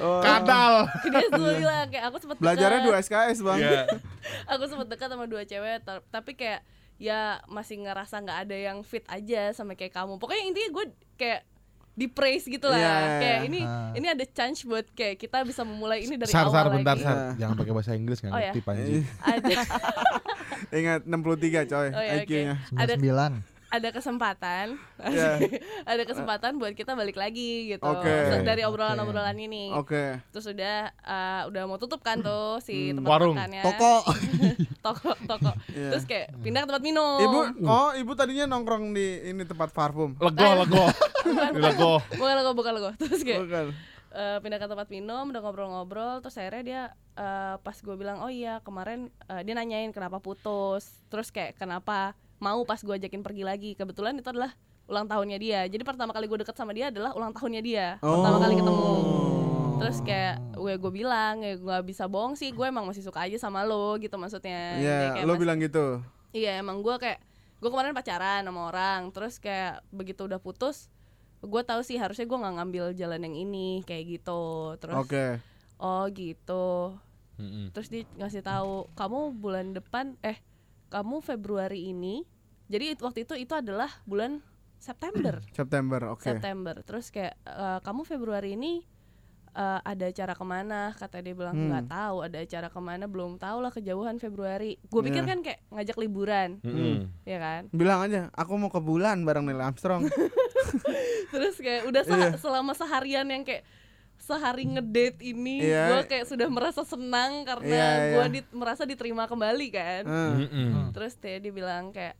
C: Oh.
D: Kadal.
E: dia selalu bilang kayak aku sempat
A: Belajarnya dua SKS, Bang.
E: Iya.
C: Iya.
E: aku sempet dekat sama dua cewek ta- tapi kayak ya masih ngerasa nggak ada yang fit aja sama kayak kamu pokoknya intinya gue kayak di praise gitu lah
A: Iya, iya, iya.
E: kayak ini
C: Ah.
E: ini ada chance buat kayak kita bisa memulai ini dari
D: Sar,
E: awal
D: sar,
E: lagi
D: bentar, sar.
A: Iya.
D: Jangan pakai bahasa Inggris, gak
E: Oh, ya.
D: ngerti, Panji.
E: ada
A: Ingat 63 coy
E: oh ya, oke.
A: IQ-nya.
E: ada
C: 99.
E: ada kesempatan
A: Iya.
E: ada kesempatan buat kita balik lagi gitu
A: Oke.
E: So, dari
C: Oke.
E: obrolan-obrolan ini
A: Oke.
E: terus udah eh, udah mau tutup kan tuh si tempat
D: Warung.
E: makannya
C: Toko.
E: toko toko
A: Hmm. Iya.
E: terus kayak pindah ke tempat minum
A: Ibu, oh ibu tadinya nongkrong di ini tempat parfum.
D: Lego, lego.
E: Kan?
D: Di lego.
E: bukan lo bukan lo terus kayak
A: Bukan.
E: eh pindah ke tempat minum udah ngobrol-ngobrol terus akhirnya dia eh, pas gue bilang oh iya kemarin eh, dia nanyain kenapa putus terus kayak kenapa mau pas gue ajakin pergi lagi kebetulan itu adalah ulang tahunnya dia jadi pertama kali gue deket sama dia adalah ulang tahunnya dia pertama
A: Oh.
E: kali ketemu terus kayak gue gue bilang ya gue gak bisa bohong sih gue emang masih suka aja sama lo gitu maksudnya Jadi
A: Iya,
E: kayak
A: lo
E: masih-
A: bilang gitu.
E: Iya emang gue kayak gue kemarin pacaran sama orang terus kayak begitu udah putus gue tahu sih harusnya gue nggak ngambil jalan yang ini kayak gitu terus
A: Oke.
E: oh gitu
D: Mm-mm.
E: terus dia ngasih tahu kamu bulan depan eh kamu Februari ini jadi waktu itu itu adalah bulan September
A: September, oke.
E: September terus kayak "Eh, kamu Februari ini eh, ada acara kemana kata dia bilang
A: Hmm.
E: nggak tahu ada acara kemana belum tahu lah kejauhan Februari gue
A: Iya.
E: pikir
A: Hmm.
E: kan kayak ngajak liburan
D: Mm-mm.
E: ya kan
A: Bilang aja, aku mau ke bulan bareng Neil Armstrong.
E: terus kayak udah seha-
A: Iya.
E: selama seharian yang kayak sehari ngedate ini
A: Iya.
E: gue kayak sudah merasa senang
A: Iya,
E: karena
A: iya.
E: gue dit- merasa diterima kembali kan
A: Eh,
D: Mm-mm.
E: terus dia dibilang kayak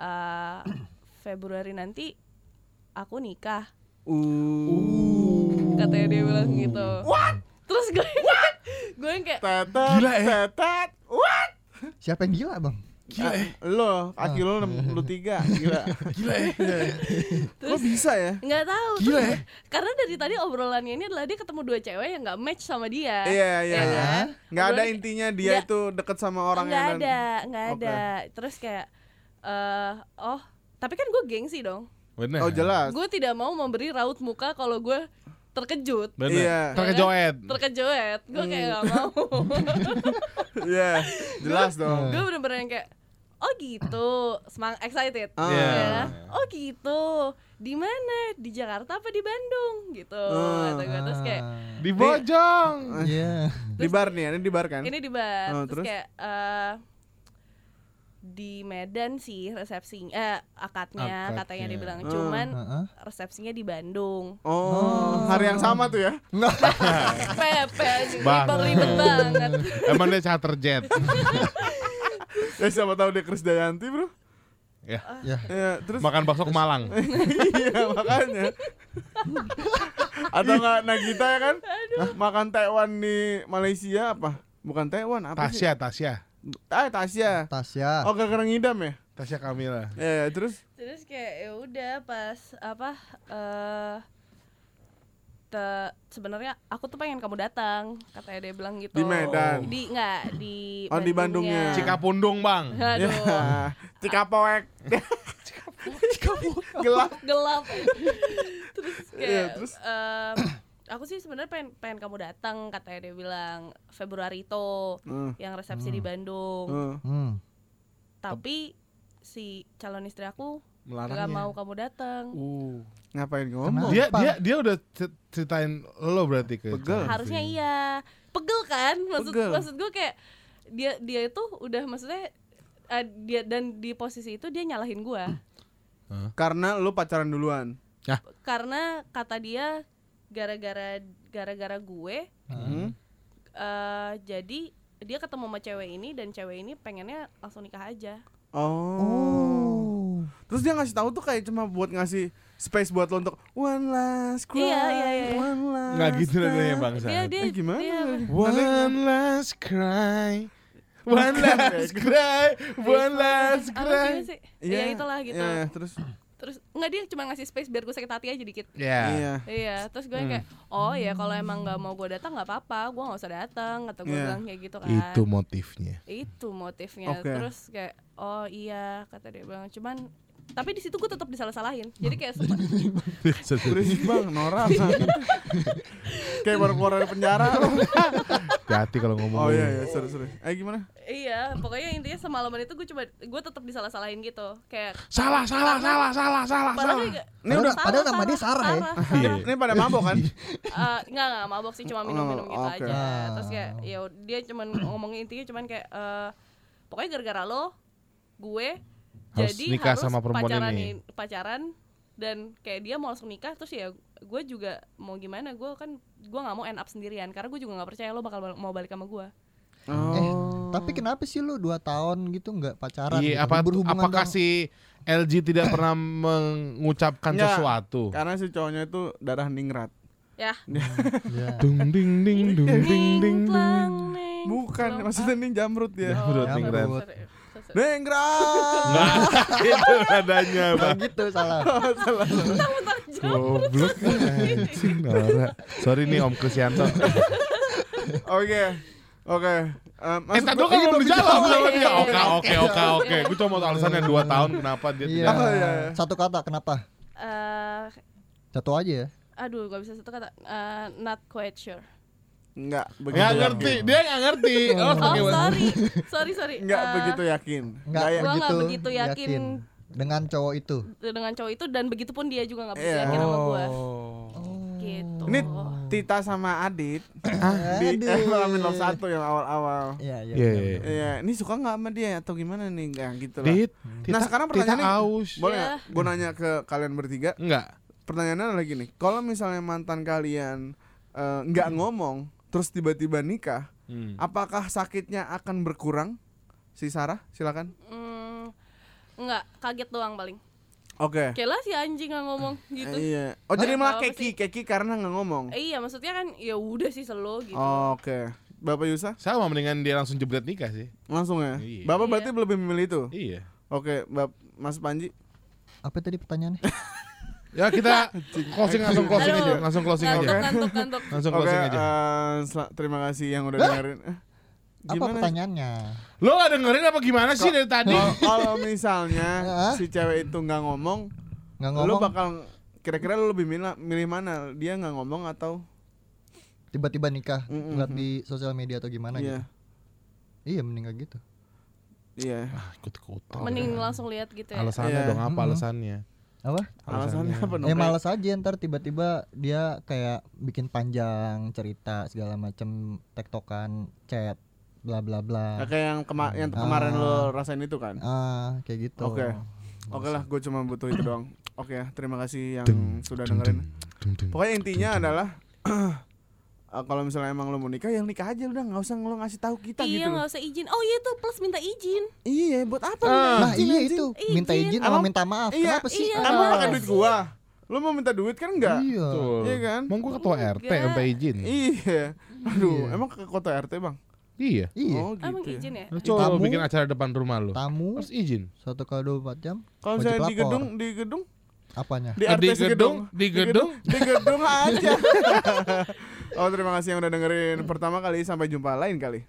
E: "Ah, Februari nanti aku nikah
A: Uh.
E: katanya dia bilang gitu terus gue gue yang kayak
A: eh. Tetet, tetet. What?
C: Siapa yang gila, Bang?
A: Gila Lo, kaki lo 63 Gila Gila ya Lo
E: Terus-
A: bisa ya
E: nggak tahu
A: Gila
E: terus-
A: ya?
E: karena dari tadi obrolannya ini adalah dia ketemu dua cewek yang nggak match sama dia
A: Iya iya
E: Ya
A: iya
C: Ah.
E: kan?
A: Gak ada
E: Obrolan-
A: intinya dia
E: Nggak-
A: itu deket sama orang
E: nggak
A: yang
E: ada nggak
A: Oke.
E: ada terus kayak eh oh tapi kan gue gengsi dong
B: Bener.
A: Oh jelas
E: gue tidak mau memberi raut muka kalau gue terkejut
B: Bener.
A: Iya
D: Terkejoet.
E: terkejut gue kayak
A: Hmm.
E: nggak mau
A: Iya Jelas dong
E: gue bener-bener yang kayak oh gitu semang excited
A: Ah.
E: ya.
B: Iya.
E: oh gitu di mana di Jakarta apa di Bandung gitu
A: Ah.
E: kata gue. terus kayak
D: Di Bojong.
C: Iya.
A: Di bar nih Ini di bar kan
E: Ini di bar.
A: Oh,
E: terus,
A: terus?
E: kayak eh, di Medan sih resepsinya eh akadnya,
D: Akadnya.
E: katanya dibilang
A: Ah,
E: cuman
C: Heeh.
E: resepsinya di Bandung.
A: Oh Hari yang sama tuh ya
C: Enggak.
E: Pepe anjing,
D: Bang.
E: ribet banget.
D: Emang dia charter jet.
A: Ya siapa tahu dia Krisdayanti bro
D: ya.
C: Ya.
A: Ya terus
D: Makan bakso ke Malang.
A: iya makanya atau nggak Nagita ya kan makan Taiwan di Malaysia apa bukan Taiwan apa sih
D: Tasya, Ah. Tasya.
A: ah Tasya
C: Tasya.
A: oh kakak ngidam ya
D: Tasya Kamila.
A: ya terus
E: Terus kayak ya udah pas apa eh te- sebenarnya aku tuh pengen kamu datang katanya dia bilang gitu
A: Di Medan?
E: di nggak di
A: Oh, di Bandungnya.
D: Cikapundung, Bang.
E: aduh
A: ya Cikapoek gelap
E: gelap terus kayak
A: Iya, terus?
E: em, aku sih sebenarnya pengen pengen kamu datang katanya dia bilang Februari itu
A: Hmm,
E: yang resepsi di Bandung
A: hmm.
C: Hmm.
E: tapi si calon istri aku
D: Melarangnya.
E: nggak mau kamu datang
D: Uh.
A: ngapain ngomong
D: Dia dia dia udah cer- ceritain lo berarti ke.
A: Pegel.
E: harusnya iya pegel kan maksud
A: Pegel.
E: maksud gue kayak dia dia itu udah maksudnya eh, dia dan di posisi itu dia nyalahin gua
A: karena lu pacaran duluan
E: karena kata dia gara-gara gara-gara gue
A: Hmm.
E: eh jadi dia ketemu sama cewek ini dan cewek ini pengennya langsung nikah aja.
A: oh terus dia ngasih tahu tuh kayak cuma buat ngasih space buat lo untuk one last cry
E: Iya, iya, iya.
A: one last
D: Nggak gitu nadanya
A: time."
D: bang
E: Dia
D: Sat.
E: dia
A: Eh, gimana
E: dia
D: One last cry, one last cry, one last
E: Iya, apa sih,
D: cry.
E: apa sih? Iya itulah gitu.
A: iya, iya, terus
E: Terus nggak dia cuma ngasih space biar gue sakit hati aja dikit.
D: Ya.
A: iya
E: Iya, terus gue kayak oh ya kalau emang nggak mau gue datang nggak apa-apa, gue nggak usah datang atau gue
A: Iya.
E: bilang kayak gitu kan.
D: Itu motifnya.
E: Itu motifnya.
A: Oke.
E: Terus kayak oh iya kata dia bilang cuman tapi di situ gue tetap disalah-salahin. Jadi kayak sempat
A: Berisik bang, Nora Kayak baru keluar dari penjara
D: Hati kalau ngomong.
A: Oh iya, iya, sorry, sorry Eh gimana?
E: iya, pokoknya intinya semalaman itu gue cuma gue tetap disalah-salahin gitu. Kayak
D: Salah, salah, salah, salah, salah,
E: padahal
D: salah.
E: dia nggak-
A: Ini
C: Padahal-
A: udah,
E: Sarah,
C: padahal nama dia Sarah ya?
E: Sarah.
D: Iya.
A: ini pada mabok kan?
E: Eh, enggak enggak mabok sih cuma minum-minum gitu
A: Oh, oke.
E: aja.
C: Ah.
E: Terus kayak ya ud- dia cuman ngomongin intinya cuman kayak eh, pokoknya gara-gara lo gue
D: Harus
E: jadi
D: nikah
E: harus
D: sama perempuan
E: pacaran
D: ini.
E: i- pacaran dan kayak dia mau langsung nikah terus ya gue juga mau gimana gue kan gue nggak mau end up sendirian karena gue juga nggak percaya lo bakal bal- mau balik sama gue
C: Eh,
A: Oh.
C: tapi kenapa sih lu 2 tahun gitu nggak pacaran? gitu?
D: Iya, apa
C: Berhubungan
D: apakah
C: dong.
D: si LG tidak pernah mengucapkan
A: Nggak.
D: sesuatu?
A: Karena si cowoknya itu darah ningrat
E: ya
C: Iya.
D: Dung ding ding dung ding ding ding.
E: Ningklang, neng.
A: Bukan,
E: Belum-
A: maksudnya ini jamrut dia
D: Jamrut
C: Jamrut.
D: ningrat.
E: Ah, sorry, sorry, sorry.
A: Ningrat
D: Nah, itu nadanya,
C: Nah,
D: Bang.
C: gitu salah.
E: Bentar, jam.
D: Goblok anjing, Nora. Sorry nih Om Krisyanto.
A: Oke Oke Eh,
D: Eh,
A: maksud
D: tadi
A: gua-
D: kan belum dijawab sama dia.
E: Iya,
D: Oke, oke, oke, oke. Gue cuma mau alasannya 2 tahun kenapa dia
C: Iya.
D: tidak.
A: Oh, iya, iya.
C: Satu kata kenapa?
E: Eh,
C: Satu aja ya.
E: aduh gak bisa satu kata Eh, not quite sure
A: Nggak begitu
D: Nggak
A: yakin.
D: ngerti, dia nggak ngerti. Oh, pakai
E: Oh sorry, sorry sorry.
A: Nggak
E: Eh,
A: begitu yakin
C: Enggak
A: Nggak
E: Gua nggak
C: begitu,
E: begitu yakin.
C: dengan cowok itu.
E: dengan cowok itu dan begitu pun dia juga nggak percaya
A: Iya.
E: yakin sama gue.
C: Oh.
E: Gitu.
A: Ini Tita sama Adit
D: Ah,
A: Di
C: Aduh.
A: Malam Love 1 yang awal-awal
C: Iya, iya.
D: Iya,
C: benar,
D: iya.
C: benar.
A: Iya, ini suka nggak sama dia atau gimana nih? Nah, gitu lah.
D: Dit,
A: Nah, sekarang pertanyaannya-
D: aus.
A: Boleh nggak?
E: Iya.
A: Gue nanya ke kalian bertiga.
D: Enggak.
A: Pertanyaannya adalah gini, kalau misalnya mantan kalian eh, nggak ngomong, terus tiba-tiba nikah,
D: Hmm.
A: apakah sakitnya akan berkurang? Si Sarah, silakan.
E: Hmm, nggak kaget doang paling.
A: Oke.
E: Kayak lah si anjing nggak ngomong gitu.
A: Eh, Iya. Oh jadi malah
E: Apa sih? Iya.
A: keki, keki karena nggak ngomong.
E: Eh, iya maksudnya kan ya udah sih selo gitu.
A: Oh, Oke. Bapak Yusa?
D: Sama mendingan dia langsung jebret nikah sih.
A: Langsung ya.
D: Iya.
A: Bapak
E: Iya.
A: berarti lebih memilih itu.
D: Iya.
A: Oke, Bap Mas Panji.
C: Apa tadi pertanyaannya?
D: Ya kita closing langsung closing aja,
E: Aduh.
D: langsung closing aja.
E: Ngantuk, ngantuk, ngantuk.
D: Langsung
A: Oke,
D: closing aja.
A: eh, sel- terima kasih yang udah dengerin. Eh,
C: Apa
A: gimana?
C: pertanyaannya?
D: Lo gak dengerin apa gimana sih dari tadi?
A: Kalau- Kalau misalnya
C: Hah?
A: si cewek itu nggak ngomong,
C: Nggak
A: lu
C: ngomong.
A: bakal kira-kira lu lebih milih, milih mana? Dia nggak ngomong atau
C: Tiba-tiba nikah,
A: Mm-mm.
C: ngeliat di sosial media atau gimana gitu.
A: Iya.
C: Iya mending kayak gitu.
A: Iya.
D: Ikut ikutan.
E: Mending langsung lihat gitu ya.
D: Alasannya
A: Iya.
D: dong apa
C: Mm-mm.
D: alasannya?
C: Apa?
A: Alasannya apa
C: Ya
A: Noprek?
C: malas aja ntar tiba-tiba dia kayak bikin panjang cerita segala macem tektokan chat bla bla
A: Nah,
C: bla.
A: Kayak yang, kema- yang kemarin lu rasain itu kan.
C: Ah, kayak gitu.
A: Oke. Oke lah, gue cuma butuh itu doang. Oke ya, terima kasih yang sudah dengerin. Pokoknya intinya adalah eh, kalau misalnya emang lo mau nikah, yang nikah aja udah nggak usah lo ngasih tahu kita
E: Iya
A: gitu. loh.
E: nggak usah izin. Oh iya tuh plus minta izin.
A: Iya, buat apa? lo
C: Nah,
A: izin,
C: iya
A: anjing?
C: itu. Minta izin sama
A: Emang-
C: minta maaf.
A: Iya,
C: Kenapa sih?
E: iya.
A: Kan
E: Kenapa?
A: lo makan duit gua. Lo mau minta duit kan enggak?
C: Iya.
D: Betul.
A: Iya kan?
D: Emang gua ketua RT
E: Enggak.
D: minta izin.
A: Iya. Aduh, emang ke kota RT, Bang?
D: Iya.
C: Iya.
A: Oh, gitu.
E: Emang
A: ya.
E: izin ya?
D: Lu coba
C: Tamu.
D: bikin acara depan rumah lu.
C: Tamu
D: Harus izin.
C: satu kali 24 jam
A: Kalau
C: Wajib
A: misalnya di
C: lapor.
A: gedung, di gedung,
C: apanya?
A: di
D: Eh,
A: RT
D: di
A: segedung.
D: gedung, di gedung.
A: di gedung aja. oh, terima kasih yang udah dengerin pertama kali, sampai jumpa lain kali.